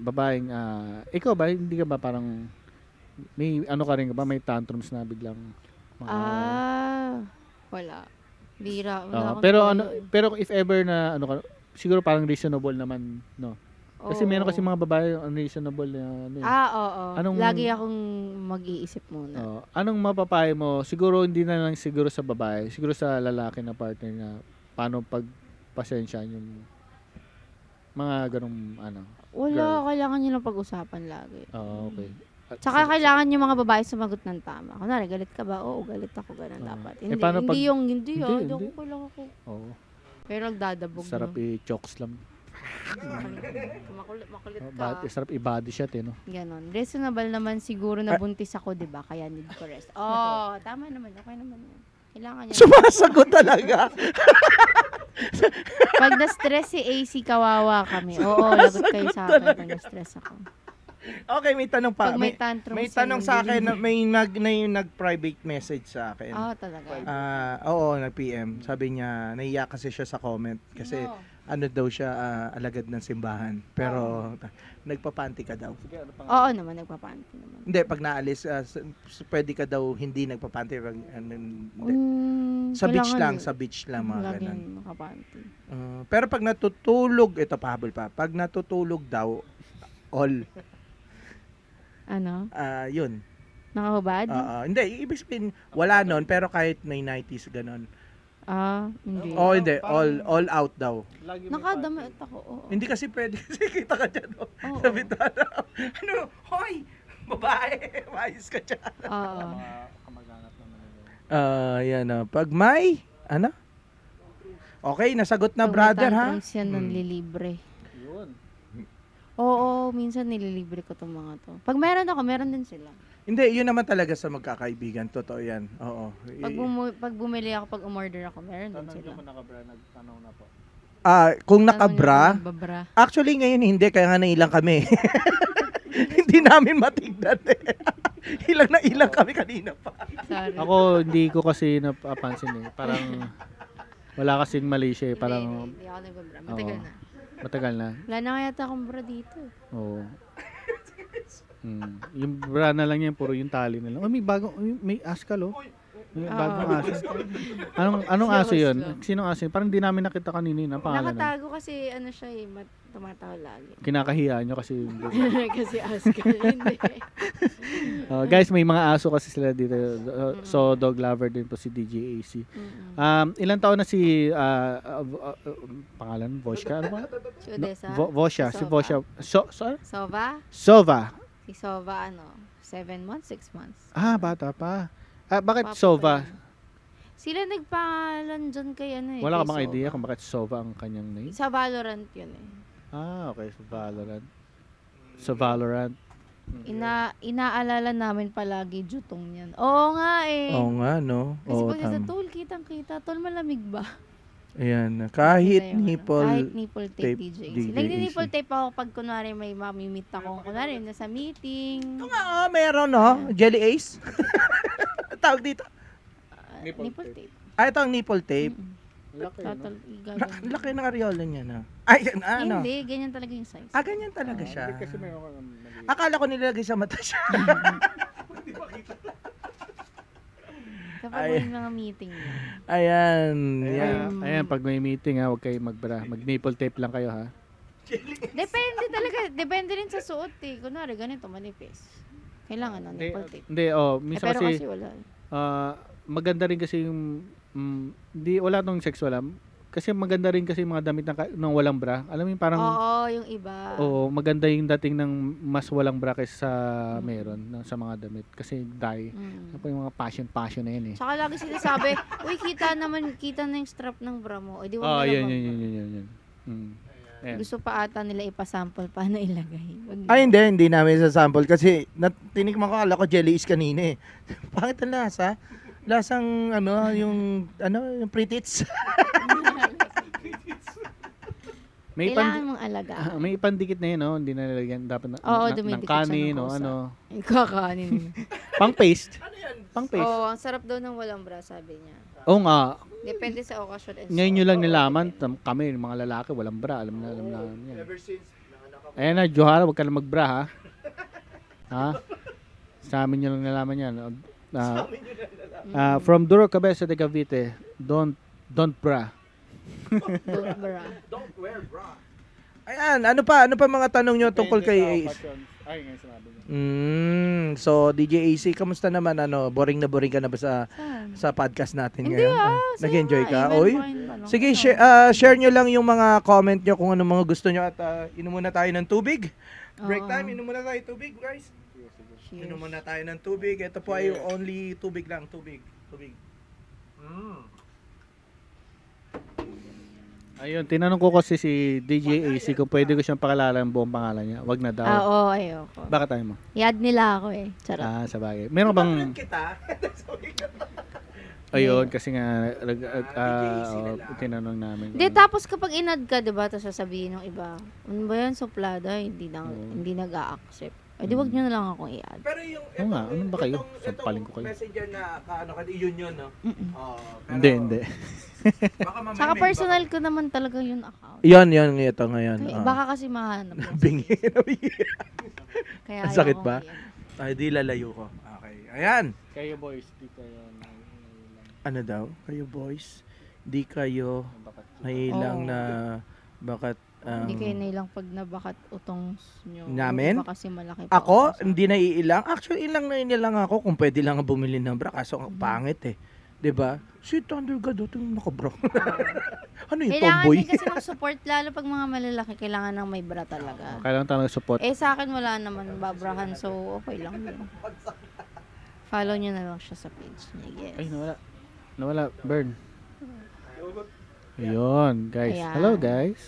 babaeng, ah, ikaw ba, hindi ka ba parang May ano ka rin ba? May tantrums na biglang. mga- Ah, wala. Bira. Oo, Wala akong pero tolo ano, eh. pero if ever na ano ka, siguro parang reasonable naman, no? Kasi Oo. meron kasi mga babae unreasonable na ano. eh. Ah, oo. Anong- Lagi akong mag-iisip muna. Oo. anong mapapayo mo? Siguro hindi na lang siguro sa babae, siguro sa lalaki na partner na paano pagpasensyaan yung mga ganong ano. Wala, Girl. kailangan nyo lang pag-usapan lagi. Oo, okay. At- Tsaka kailangan yung mga babae sumagot ng tama. Kunwari, galit ka ba? Oo, galit ako. Ganun Oo. dapat. Eh, Hindi, paano hindi pag- yung, hindi, Hindi, ah, hindi. hindi. ako, lang ako. Oo. Pero nagdadabog sarap no? i-chokes lang. Makulit, makulit Oh, ba- ka. sarap i-body shot eh, no? Ganon. Reasonable naman siguro na buntis ako, di ba? Kaya need ko rest. Oo, oh, tama naman. Okay naman yun. Kailangan niya. Sumasagot talaga. Pag na-stress si AC, kawawa kami. Oo, lagot kayo sa akin pag na-stress ako. Okay, may tanong Pag pa. may May, tantrum may si tanong sa Lully. akin, na- may nag, may nag-private message sa akin. Oo, talaga. Ah, oo, nag-PM. Sabi niya, naiyak kasi siya sa comment kasi No. ano daw siya, ah, alagad ng simbahan. Pero Ah. nagpapanti ka daw. Sige, ano pang Oo naman, nagpapanti naman. Hindi, pag naalis, ah, s- s- pwede ka daw hindi nagpapanti. Pag, ano, hindi. Mm, sa beach kailangan lang, yun. sa beach lang mga Lagi ganun. nakapanti. Ah, pero pag natutulog, ito pahabol pa, pag natutulog daw, all, Ano? ah, yun. Nakahubad? Oo, hindi, ibig sabihin, wala nun, pero kahit may 90s ganun. ah, hindi. Oh, hindi, all, all out daw. Lagi may Nakadamit ako, oo. Hindi kasi pwede kasi kita ka dyan, oh, Oo. sa bitana. Ano, hoy, babae, maayos ka dyan. Oo. party, mga kamag-anak naman yun. Ah, yan na. Pag may, ano? Okay, nasagot Pag na may brother ha. tantrums yan, Hmm. nanlilibre. Yun. Oo, minsan nililibre ko tong mga to. Pag meron ako, meron din sila. Hindi, yun naman talaga sa magkakaibigan. Totoo yan. Oo. Eh, Pag, bumu- pag bumili ako, pag umorder ako, meron din Tanong sila. nyo kung nakabra, nagtanong na po. Ah, kung Tanong niyo nakabra, kung nagbabra. actually ngayon hindi, kaya nga nailang kami. hindi namin matignan eh. ilang na ilang kami kanina pa. Sorry. Ako, hindi ko kasi napapansin eh. Parang, wala kasing Malaysia eh. Hindi, Parang, hindi, hindi ako nagbabra. Matagal Oo. na. matagal na. Wala na kaya akong bra dito. Oo. Mm. Yung bra na lang yan, puro yung tali na lang. Oh, may bagong, uy, may askal oh. May Oo. bagong aso. Anong, anong Slow, aso yun? slow. Sinong aso yun? Parang di namin nakita kanina yun. Ang pangalan nun. Nakatago kasi ano siya eh, mat- tumatawa lagi. Kinakahiyaan nyo kasi yung kasi eh. askal, hindi. Uh, guys, may mga aso kasi sila dito. Uh, so, dog lover din po si DJ AC. Mm-mm. Um, ilan taon na si, ah, ah, ah, ah, pangalan, Voshka? Ano ba? Si Odessa. Vo- Vosha, si Sova. Vosha. So, so, ah. Sova? Sova. Si Sova, ano, seven months, six months. Ah, bata pa. Ah, bakit Papa Sova? pa yun. Sila nagpangalan dyan kay ano eh. Wala ka kay bang Sova. idea kung bakit Sova ang kanyang name? Sa Valorant yun eh. Ah, okay. So, Valorant. So, Valorant. Ina inaalala namin palagi jutong yan. Oo nga eh. Oo nga, no? Kasi Oo, pag sa tama. tol, kitang-kita. Tol, malamig ba? Ayan, Yun na kahit yung ano. Kahit nipple nipple. tape, tape, DJ. DJ. Nag-nipple tape ako pag kunwari may mamimit ako. Kunwari, nasa meeting. Oo, nga, oh, meron, no? Jelly Ace? Tawag dito. Ah, Nipple nipple tape. Ah, ito ang nipple tape. Mm-mm. Laki, Total, Nak, gagawin. laki ng areola niya, no? Ay, yan, ah, ano? Hindi, ganyan talaga yung size. Ah, ganyan talaga siya. mayroon Akala ko nilalagay sa mata siya. Kapag Ay. may mga meeting yan. Ayan. Ayan. Ayan, Mm. ayan, pag may meeting ha, huwag kayo magbra. Mag-nipple tape lang kayo ha. Depende talaga. Depende rin sa suot eh. Kunwari, ganito, manipis. Kailangan na Hindi, nipple tape. Hindi, oh, Eh, minsan pero kasi, kasi wala. ah, maganda rin kasi yung, mm, di, wala tong sexual ha. Kasi maganda rin kasi yung mga damit ng, ng walang bra. Alam mo yung parang, Oo, yung iba. Oo, maganda yung dating ng mas walang bra kaysa sa Mm. meron na- sa mga damit kasi dye. Ano Mm. pa yung mga passion passion na yun eh. Tsaka lagi sinasabi, uy, kita naman, kita na yung strap ng bra mo. O, di Oh, wag na lang yun, mag- yun, yun, yun, yun, yun. Mm. Ayan. Gusto pa ata nila ipasample paano ilagay. Wag na. Ay, hindi. Hindi namin sa sample kasi nat- tinikman ko, akala ko jelly is kanina eh. Pangit ang lasa. Lasang ano, yung, ano, yung pretits. May Kailangan pan mong alaga. may pandikit na yun, no? Hindi na nilagyan dapat na, na- Oo, ng dumidikit siya kanin ng o kusa. ano. Ay, Kakanin. Pang paste. Pang paste. Oo, ang sarap daw ng walang bra, sabi niya. Oo nga, Depende sa occasion. and ngayon suot. nyo lang Oo, nilaman, depende. tam, kami, yung mga lalaki, walang bra, alam na, alam na namin yan. Ayan na, Johara, huwag ka na magbra ha. ha? Sa amin nyo lang nalaman yan. Uh, uh, Mm. uh, from Duro Cabeza de Cavite, don't don't bra. Don't bra. Ayan, ano pa? Ano pa mga tanong nyo tungkol kay Ace? Ay, nga sinabi niya. Mm, so DJ AC, kamusta naman ano? Boring na boring ka na ba sa Saan? sa podcast natin Hindi ngayon? ah. Ah, Nag-enjoy ka? Oy. Oy. Sige, share, ah, share nyo lang yung mga comment nyo kung anong mga gusto nyo at ah, inom muna tayo ng tubig. Break time, inom muna tayo tubig, guys. Inom muna tayo ng tubig. Ito po ay only tubig lang, tubig. Tubig. Mm. Ayun, tinanong ko kasi si DJ AC kung pwede ko siyang pakilala ang buong pangalan niya. Wag na daw. Ah, oo, ayoko. Bakit tayo mo? Yad nila ako eh. Charot. Ah, sa bagay. Meron bang... Bakit kita? Ayun, kasi nga, nag, Ah, ah, DJ sila oh, lang. tinanong namin. Hindi, tapos kapag inad ka, di ba, tapos sasabihin ng iba, ano ba yan, suplada, hindi, na, Oo. hindi nag-a-accept. Eh, Mm. di wag nyo na lang akong i-add. Pero yung... Oo nga, ano ba kayo? Sampalin ko kayo. messenger na, ano, yun yun, no? Mm-mm. Oh, Hindi, hindi. Baka mamaya Saka may iba personal ko naman talaga yun account. Yun, yun, ito ngayon. Kaya, ah. baka kasi mahanap. ko. Bingi. Kaya Ang ayaw sakit kong ba? i-add. Ay, di lalayo ko. Okay. Ayan. Kayo boys, di kayo Ano daw? Kayo boys, di kayo Oo. mailang na bakat ang... Um, hindi kayo nailang pag nabakat utong nyo. Namin? Baka kasi malaki pa Ako, utong sa- hindi na iilang. Actually, ilang na inilang ako kung pwede lang ako bumili ng bra. Kaso, Mhm. ang pangit eh. 'Di ba? Si Thunder God, oh, ito yung nakabra. ano yung Kailangan tomboy? din kasi mag-support, lalo pag mga malalaki, kailangan ng may bra talaga. Kailangan talaga support. Eh, sa akin wala naman babrahan, so okay lang din. Follow nyo na lang siya sa page niya, yes. Ay, nawala. Nawala, burn. Ayun, guys. Ayan. Oh. Hello, guys.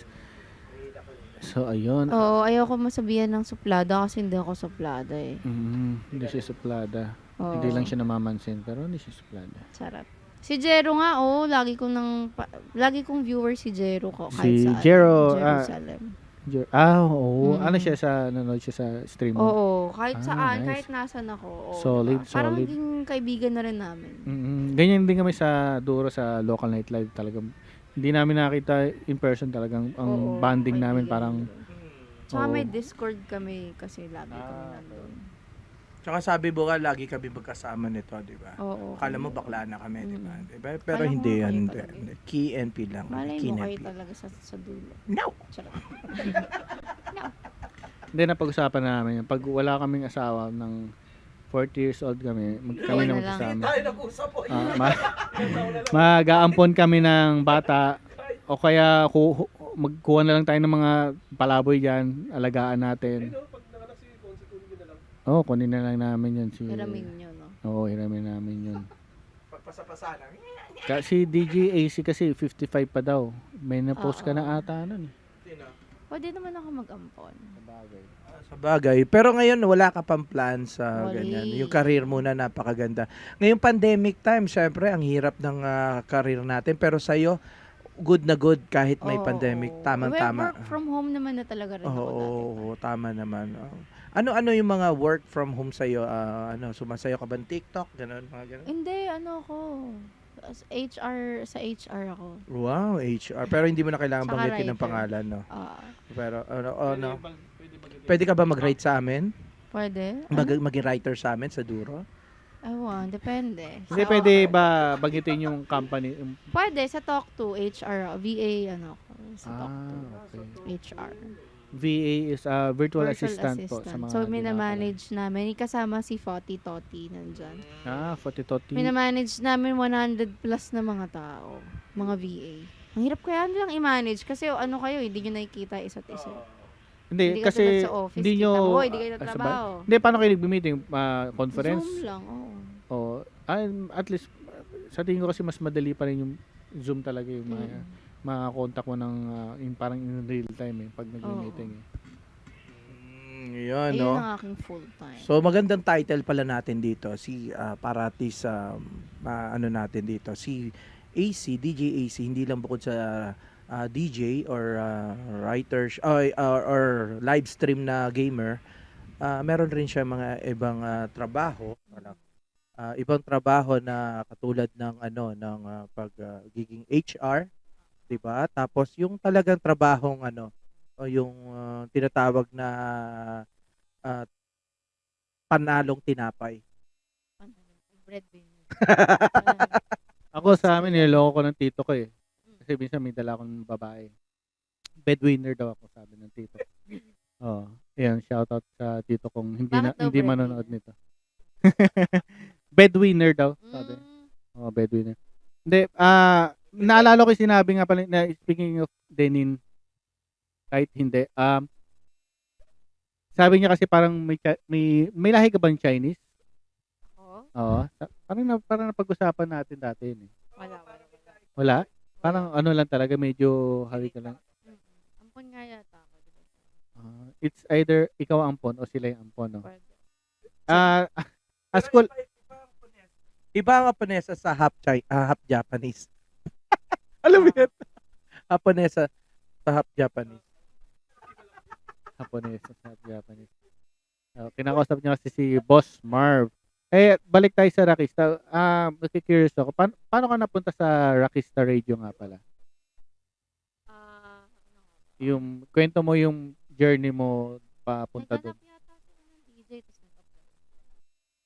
So, ayun. Oo, ayoko masabihan ng suplada kasi hindi ako suplada eh. Mhm, hindi siya suplada. Oo. Hindi lang siya namamansin, pero hindi siya suplada. Sarap. Si Jero nga, oo, lagi ko nang, pa- lagi kong viewer si Jero ko Si kahit saan. Jero, ah. Jerusalem. Jer- Ah, oo. Mm. Ano siya sa, nanonood siya sa stream? mo? oo, kahit Ah, saan, nice. kahit nasan ako. Oo, Solid, diba? Parang solid. naging kaibigan na rin namin. Mhm. Ganyan din kami sa Duro sa local nightlife talagang hindi namin nakita in person talagang ang Oo, banding namin kaibigan parang na rin. Tsaka oo. may Discord kami kasi lagi kami Ah, nandun. Tsaka sabi mo nga, lagi kami magkasama nito, di ba? Oo. Akala mo bakla na kami, di ba? Mm. Di ba? Akala Pero ko hindi nga yan. kayo Hindi. talaga. Hindi. Key and P lang. Malay Key mo and kayo P. talaga sa, sa dulo. No! Charot. Hmm. hindi napag-usapan namin yan. Pag wala kaming asawa ng 40 years old kami, mag kami na Yun na lang. magkasama. nag-usap po. Ah, ma- mag-aampon kami ng bata o kaya ku- magkuha na lang tayo ng mga palaboy diyan, alagaan natin. Oo, kunin na lang namin yun. Si... Hiramin nyo, no? Oo, hiramin namin yun. Pagpasapasa lang. Kasi DJ AC kasi 55 pa daw. May na-post ka na ata nun. eh. Pwede naman ako mag-ampon. Sa bagay. Pero ngayon, wala ka pang plan sa Wali. ganyan. Yung career muna, napakaganda. Ngayong pandemic time, syempre, ang hirap ng ah, career natin. Pero sa'yo, good na good kahit may Oo, pandemic. oo. Well, Tamang-tama. Work from home naman na talaga rin Oo, ako dati. oo, tama naman. Oo. Ano-ano yung mga work from home sa'yo? Ah, ano, sumasayo ka ba ng TikTok? Ganun, mga ganun. Hindi, ano ako. As HR, sa HR ako. Wow, HR. Pero hindi mo na kailangan Tsaka banggitin ng writer. pangalan, no? Ah, Pero, ano, ano. Pwede ka ba mag-write sa amin? pwede? Mag, maging writer sa amin sa Duro? Ewan, depende. Hindi Sa- pwede ba bagitin yung company? yung- Pwede, sa talk to HR, VA, ano ako. Sa talk to Ah, okay. HR. VA is a virtual, assistant, po sa mga so, ginagawa. minamanage namin. Kasama si Foti Toti nandyan. Ah, 40 Minamanage namin 100 plus na mga tao, mga VA. Ang hirap kaya nilang i-manage kasi ano kayo, hindi nyo nakikita isa't isa. Hindi, Hindi ka kasi tulad sa office, hindi kita nyo... mo, hindi kayo ah, sa nagtrabaho. ba- Hindi, paano kayo nag-meeting? Ah, conference? Zoom lang, oo. O, ah, at least, ah, sa tingin ko kasi mas madali pa rin yung Zoom talaga yung mga, Mm. makakontak mo ng ah, in, parang in real time eh, pag nag-meeting. Eh. Mm, yun, Hmm. Ayun Ano? no? ang aking full-time. So magandang title pala natin dito si ah, para at least um, ah, ano natin dito si AC DJ AC hindi lang bukod sa ah, DJ or ah, writer sh- ay, or, or live stream na gamer ah, meron rin siya mga ibang ah, trabaho ano, ah, ibang trabaho na katulad ng ano ng ah, pag ah, giging HR 'di ba tapos yung talagang trabahong ano o yung ah, tinatawag na ah, panalong tinapay? Breadwinner. Ako sa amin, niloko ko ng tito ko eh. Kasi minsan may dala akong babae. Bedwinner daw ako, sabi ng tito. Oo. Oh, ayan, shoutout sa tito kong hindi, na, Bakit daw hindi breadwinner? manonood nito. bedwinner daw, sabi. Mm. Oh, bedwinner. Hindi, ah, naalala ko yung sinabi nga pala, na speaking of Denin, kahit hindi, um, sabi niya kasi parang may, Chi- may, may lahi ka bang Chinese? Ako? Oo. Sa- Parang, na, parang napag-usapan natin dati yun eh. Wala, wala. Wala? Parang ano lang talaga, medyo hari ka lang. Mm-mm. Ampon nga yata ako. di ba? Ah, it's either ikaw ang ampon o sila yung ampon. No? Or- Ah, as cool. Iba ang Japonesa sa half, Chi- ah, half Japanese. Alam mo yun? Japonesa sa half Japanese. Japanese, sabi Japanese. Oh, kinakausap niya kasi si Boss Marv. Eh, balik tayo sa Rockista. Ah, curious ako. Paano, paano ka napunta sa Rockista Radio nga pala? Ah, ano nga ba? Yung, kwento mo yung journey mo papunta doon. Naghanap yata sila ng DJ, tapos nag-apply.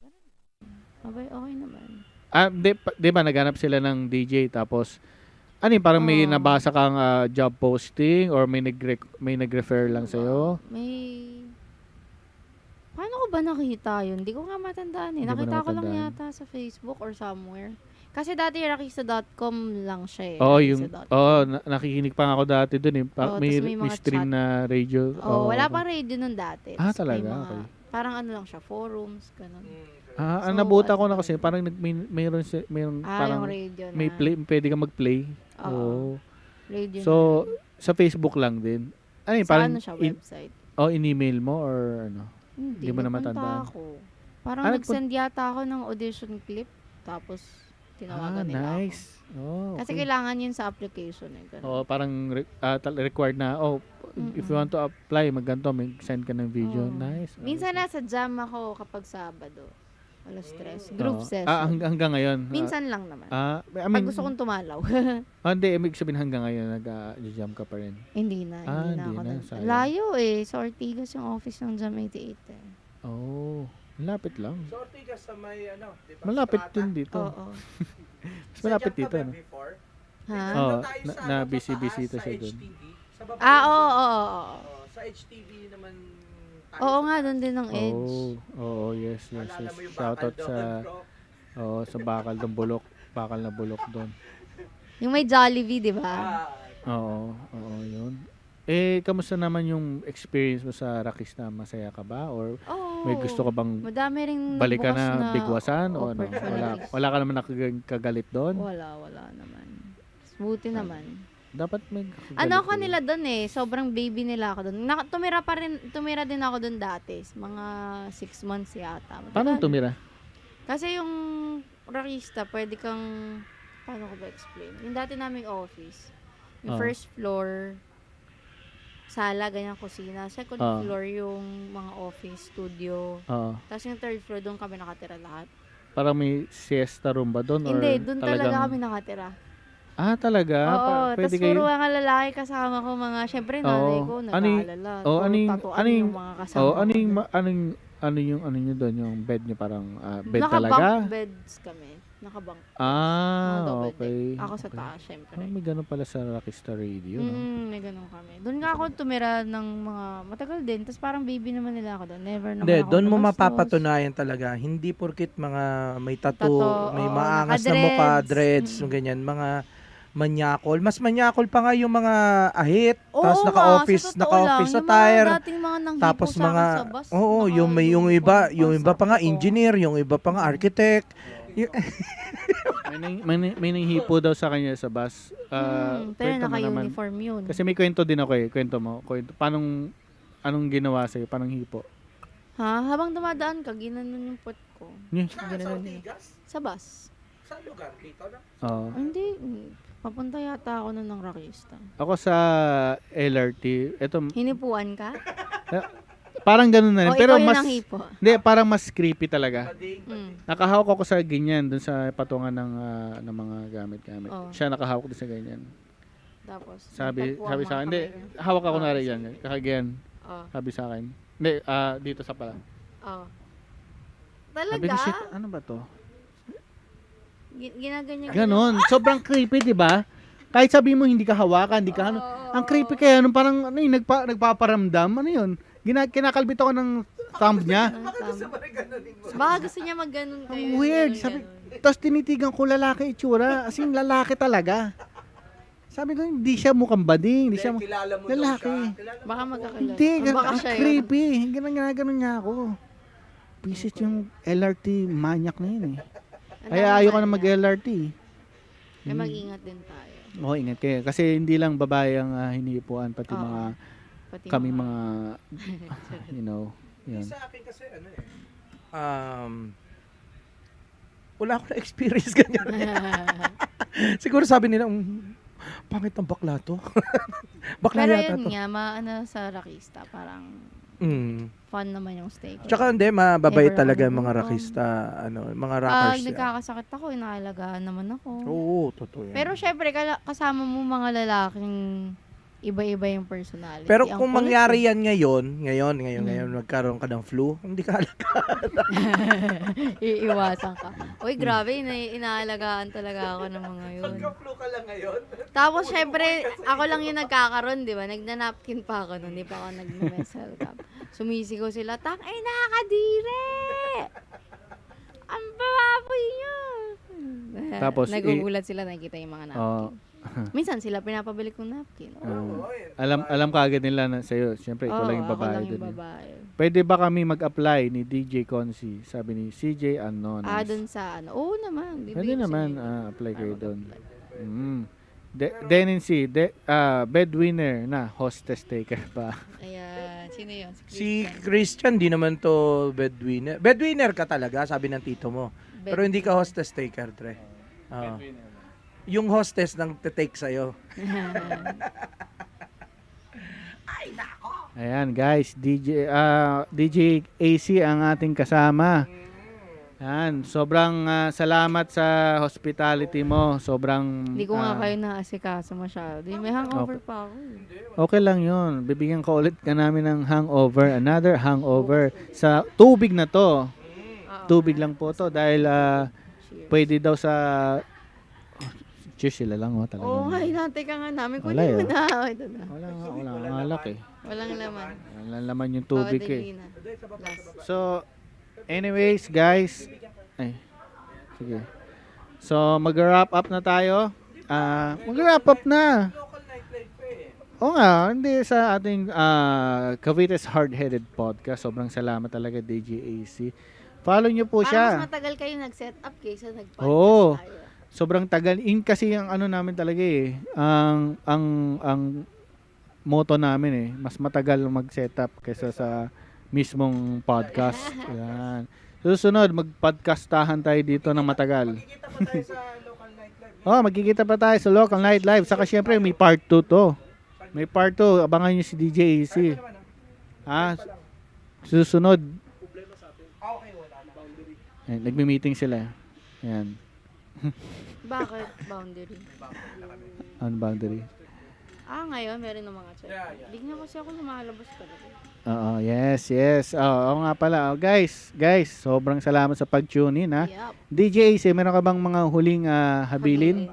Ganun. Abay, okay naman. Ah, di, pa- di ba naghanap sila ng DJ tapos ano yun, parang may Oo. nabasa kang ah, job posting or may nag may nag-refer lang sa May... Paano ko ba nakita yun? Hindi ko nga matandaan eh. Hindi mo na Nakita ko lang matandaan. yata sa Facebook or somewhere. Kasi dati rakista.com lang siya eh. Oo, yung rakista.com. oh, na- nakikinig pa nga ako dati doon eh. Pa- Oo, may, tas may may mga stream chat. na radio. Oo, Oh, wala oo. pang radio nun dati. oh, Ah, Tas may talaga? Okay. Parang ano lang siya, forums, ganun. Ah, ang So, nabuta ko na ano- kasi parang nag, may, mayroon si, mayroon Ah, parang yung radio na. may play, pwede kang mag-play. Oo, Oo. radio So na. sa Facebook lang din. Ano yun, Sa parang ano siya, in, website? oh, in-email mo or ano? hindi Hindi, mo na nagpunta matandaan. Ako. Parang Ah, nagpun- nag-send yata ako ng audition clip, tapos Ah, tinawagan nila ako. nice. Oh, Kasi okay. kailangan yun sa application eh. ganun. Oo, parang re- ah, tal- required na, oh, if you Mm-mm. want to apply, magganto, may send ka ng video. Oo. Nice. Minsan Ayos. nasa jam ako kapag Sabado. Alas stress. Oo. Group session. Ah, hang- hanggang ngayon. Minsan lang naman. Ah, I Pag mean, gusto kong tumalaw. Ah, hindi, ibig sabihin hanggang ngayon nag-jam ka pa rin. hindi na. Ah, Hindi na hindi ako. na, nag- sayang. Layo eh. Sa Ortigas yung office ng Jam 88 eh. Oh, lapit lang. Sorty ka sa may ano, di ba? Malapit din dito. Oo. Mas malapit dito. Ano? Ha? Oo. na- ano, na busy- busy tayo siya dun. Ah, oo, oo, oo, oo. oh, Sa HTV naman tayo Oo sa nga, taas. doon din ang edge. Oh, oh, yes, yes, Naalala yes. mo yung bakal Shoutout doon, sa, bro? oh, sa bakal ng bulok. Bakal na bulok doon. Yung may Jollibee, di ba? Ah, Oo, oo, yun. Eh, kamusta naman yung experience mo sa Rakista? Masaya ka ba? Or Oo. may gusto ka bang Madami rin balikan nagbukas na, bigwasan? O ano? Hmm, opportunities. Wala, wala ka naman nakagalit doon? Wala, wala naman. Buti naman. Dapat may Ano ako kagalit nila doon eh, sobrang baby nila ako doon. Na, tumira pa rin, tumira din ako doon dati, mga six months yata. eh. Paano tumira? Kasi yung rakista, pwede kang, paano ko ba explain? Yung dati naming office, Ah. yung first floor, sala, ganyan, kusina. Second Ah. floor, yung mga office, studio. Oo. Tapos yung third floor, doon kami nakatira lahat. Parang may siesta room ba doon? Or Hindi, doon talaga talagang- kami nakatira. Ah, talaga? Oo, Pa- tapos pwede kayo? puro mga lalaki kasama ko, mga, syempre nanay Oo. ko, Ano yung- nag-aalala. oo, Puro ano yung- tatuan ano yung- yung mga kasama Oh, ko. ano yung, ma- ano yung, ano yung, ano nyo doon? Yung bed nyo parang, ah, bed Naka-bunk talaga? beds kami. Nakabank. Ah, Mga double deck. okay. Ako sa okay. taas, Ah, syempre. may ganun pala sa Rockista Radio, no? Mm, may ganun kami. Doon nga ako tumira ng mga matagal din. Tapos parang baby naman nila ako doon. Never naman Hindi, ako doon mo gumastos. mapapatunayan talaga. Hindi porkit mga may tattoo, Tattoo, may oo, maangas na naka-dreads. mukha, dreads, Mm. ganyan, mga manyakol. Mas manyakol pa nga yung mga ahit, Oo tapos nga, naka-office, sa totoo naka-office lang, sa tire, Yung mga dating mga nanghipo tapos sa akin mga sa bus, Oo, naka- yung may yung iba, uniform yung sa iba pa nga akin. engineer, yung iba pa nga architect. May, nang, may, nang- may nanghipo daw sa kanya sa bus. Ah, Mm, pero kwento mo naman. naka-uniform yun. Kasi may kwento din ako eh. Kwento mo. Kwento. Paanong, anong ginawa sa'yo? Paanong hipo? Ha? Habang dumadaan ka, ginanon yung pot ko. Yeah. Ginanon niya. Ah, Sa bus. Sa lugar dito na. Oo. Hindi. mm, Papunta yata ako nun ng rockista. Ako sa LRT, eto, Hinipuan ka? parang ganun na rin. o Eh, pero Oh, ikaw yun mas, ang hipo? hindi, parang mas creepy talaga. Mm. Nakahawak ako sa ganyan, dun sa patungan ng, ah, ng mga gamit-gamit. Oo. Siya nakahawak dun sa ganyan. Tapos, Sabi, nagtagpo ang sabi mga sa akin, hindi, kamay niya. hawak ako Oo, na rin Ah, sige. Ah, yan. Kakagian, Oo. sabi sa akin. Hindi, ah, dito sa pala. Oo. Sabi ko, shit, Talaga? ano ba to? Gi- Ginaganyan. Ganon. Sobrang creepy, di ba? Kahit sabi mo hindi ka hawakan, hindi ka ano. Ang creepy kaya nung parang ano yun, nagpa, nagpaparamdam. Ano yun? Gina, kinakalbit ako ng thumb niya. Baka gusto niya Ang mag-ganon kayo. weird. ganun, Sabi, ganun. tapos tinitigan ko lalaki itsura. As in, lalaki talaga. Sabi ko, hindi siya mukhang bading. Hindi siya mu- kilala mo Lalaki. Kilala Baka magkakilala. Hindi, Ah, gan- baka ang siya yun. creepy. Ganun, ganun, ganun niya ako. Pisit yung LRT maniac na yun eh. Ang Kaya dami ayoko na kanya. mag-LRT. Kaya mag-ingat din tayo. Oo, Oh, ingat kayo. Kasi hindi lang babae ang ah, hinihipuan, pati Oo. mga, Pati kami mga, you know, yun. Sa akin kasi ano eh. Um, wala akong na-experience ganyan. Siguro sabi nila, "Mm, pangit ang bakla to. bakla Pero yata yun to. nga, maano sa rakista, parang Mm. fun naman yung staycation. Tsaka hindi, mababait Never ako talaga yung mga nagutom. rakista, ano, yung mga Pag rockers. yan. nagkakasakit ako, inaalagaan naman ako. Oo, totoo yan. Pero syempre, kala- kasama mo mga lalaking iba-iba yung personality. Pero Ang kulit kung eh. mangyari yan ngayon, ngayon, ngayon, Mm. ngayon, magkaroon ka ng flu, hindi ka alam. Iiwasan ka. Uy, grabe, ina- inaalagaan talaga ako ng mga yun. Pagka-flu ka lang ngayon. Tapos, syempre, ako lang yung nagkakaroon, di ba? Nagnanapkin pa ako nun, di pa ako nag-messel cup. Sumisigaw sila, tang, ay, nakakadire! Ang baboy niyo! Tapos, i- Nagugulat sila, nakikita yung mga napkin. Oo. Oh. Minsan sila pinapabalik kong napkin. Oo, Ah. Oo. Oo, eh. Mm. alam alam ka agad nila na sa'yo. Siyempre, ikaw lang yung ako babae lang yung dun eh. babae. Pwede ba kami mag-apply ni DJ Consi? Sabi ni CJ Anonymous. Ah, dun sa ano. Oo naman. di ba Pwede yun sa naman, may- ah, apply kayo Tama, doon. apply. Mm. De- then and see, de- ah, bed winner na, hostess taker pa. Ayan, sino yun? Si Christian, di naman to bedwinner. Bedwinner ka talaga, sabi ng tito mo. Pero hindi ka hostess taker, Dre. Oo. Yung hostess nang te-take sa'yo. Ayan guys, DJ ah, DJ AC ang ating kasama. Ayan, sobrang ah, salamat sa hospitality mo. Sobrang Hindi ko ah, nga kayo naasikaso masyado. Eh, May hangover pa ako. eh. Okay lang 'yon. Bibigyan ka ulit ka namin ng hangover, another hangover sa tubig na 'to. Oo Tubig nga. lang po 'to dahil ah, Cheers. pwede daw sa oh, Cheers sila lang oh, talaga. Oo nga, hinati ka nga namin. Wala Kunin mo eh. na. Oh, ito na. Wala nga, wala nga alak eh. Walang laman. Wala laman yung tubig Bawat eh. dalina. Last. So, anyways, guys. Ay, sige. So, mag-wrap up na tayo. Ah, mag-wrap up na. Oo nga, hindi sa ating ah, Cavite's Hard-Headed Podcast. Sobrang salamat talaga, DJAC. Follow nyo po Parang mas siya. matagal kayo nag-set up kaysa nag-podcast Oo. tayo. Sobrang tagal. In kasi ang ano namin talaga eh. Ang, ang, ang motto namin eh. Mas matagal mag-setup kaysa sa mismong podcast. Yan. Susunod, mag-podcastahan tayo dito ng matagal. Kikita pa tayo sa local nightlife. Oh, magkikita pa tayo sa Local Night Live. Saka syempre, may part 2 to. May part 2. Abangan nyo si DJ AC. Ha? Susunod. Ah, okay, wala na. Boundary. Ayan, Nagmi-meeting sila. Yan. Bakit? Boundary. On Ano, boundary. Ah, ngayon, meron ng mga check. Hindi nga kasi ako lumalabas talaga. Oo, yes, yes. Oo, oo nga pala. Oh, guys, guys, sobrang salamat sa pag-tune in, ha? Yup. DJ AC, eh, meron ka bang mga huling ah, habilin?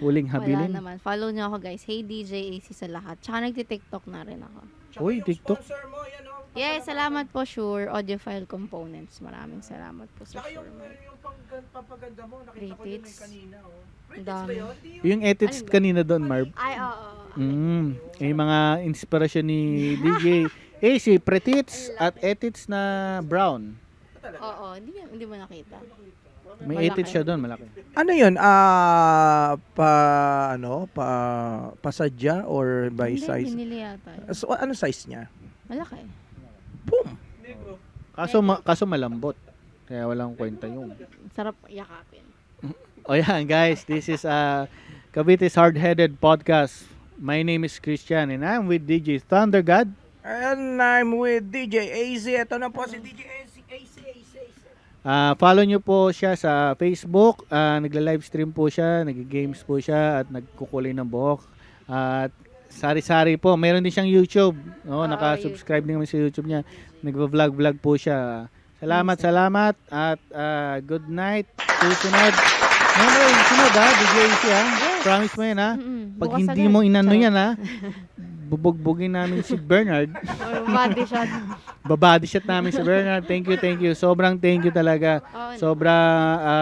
Huling Wala habilin? naman. Follow niyo ako guys. Hey DJ AC sa lahat. Tsaka nagtitiktok na rin ako. Uy, TikTok. Sponsor mo, yan oh, o. Yes, salamat po Sure Audiophile Components. Maraming salamat po sa Saka Sure. yung, yung pang- pampaganda mo, nakita ko yun eh Retweets. kanina. Oh. Ang Retweets ba dami. yun? Di yun. Yung edits Ano ba? kanina doon, Marv. Ay, oo. Mm, yung mga inspirasyon ni DJ AC, eh, pretits at edits na brown. Oo, hindi, hindi mo nakita. May Malaki. edits siya doon, malaki. Ano yun? Ah, pa, ano, pa, pasadya or by Hindi, size? binili yata. yun. So, ano size niya? Malaki. Boom! Hindi bro. Kaso, ma- kaso malambot. Kaya walang kwenta yun. Sarap yakapin. O Oh, yan, guys. This is uh, Cavite's Hard-Headed Podcast. My name is Christian and I'm with DJ Thunder God. And I'm with DJ AZ. Ito na po si DJ. DJ AC, AC, AC, AC. Ah, follow nyo po siya sa Facebook. Ah, nagla-livestream po siya, nag-games po siya, at nagkukulay ng buhok. At sari-sari po. Meron din siyang YouTube. Oh, Ah, naka-subscribe din kami sa YouTube niya. Nagvo-vlog-vlog po siya. Salamat, salamat. At ah, good night. Susunod. Ngayon na yung sunod ha, DJC ha. ah. Promise mo yan ah. ha. Mm-mm. Pag Bukas hindi agad. mo inano Charot. yan ha, bubugbugin namin si Bernard. Or body shot. Babadi shot namin si Bernard. Thank you, thank you. Sobrang thank you talaga. Oo, Sobra ah,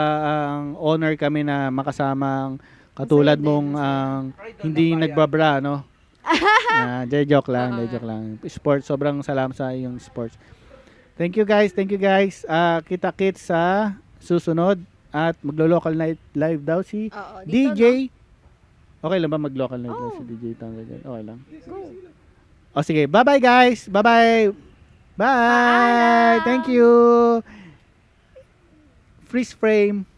ang honor kami na makasama ang katulad mong ang hindi nagbabra, no? Ah, di, joke lang, di, joke lang. Sports, sobrang salam sa yung sports. Thank you guys, thank you guys. Ah, kita-kits sa susunod at maglo-local night live daw si Oo, Oh, dito, DJ. Okay lang ba mag-local night daw Oo. si DJ Tango dyan? Okay lang. Go. O sige, bye-bye guys. Bye-bye. Bye. Paalam. Thank you. Freeze frame.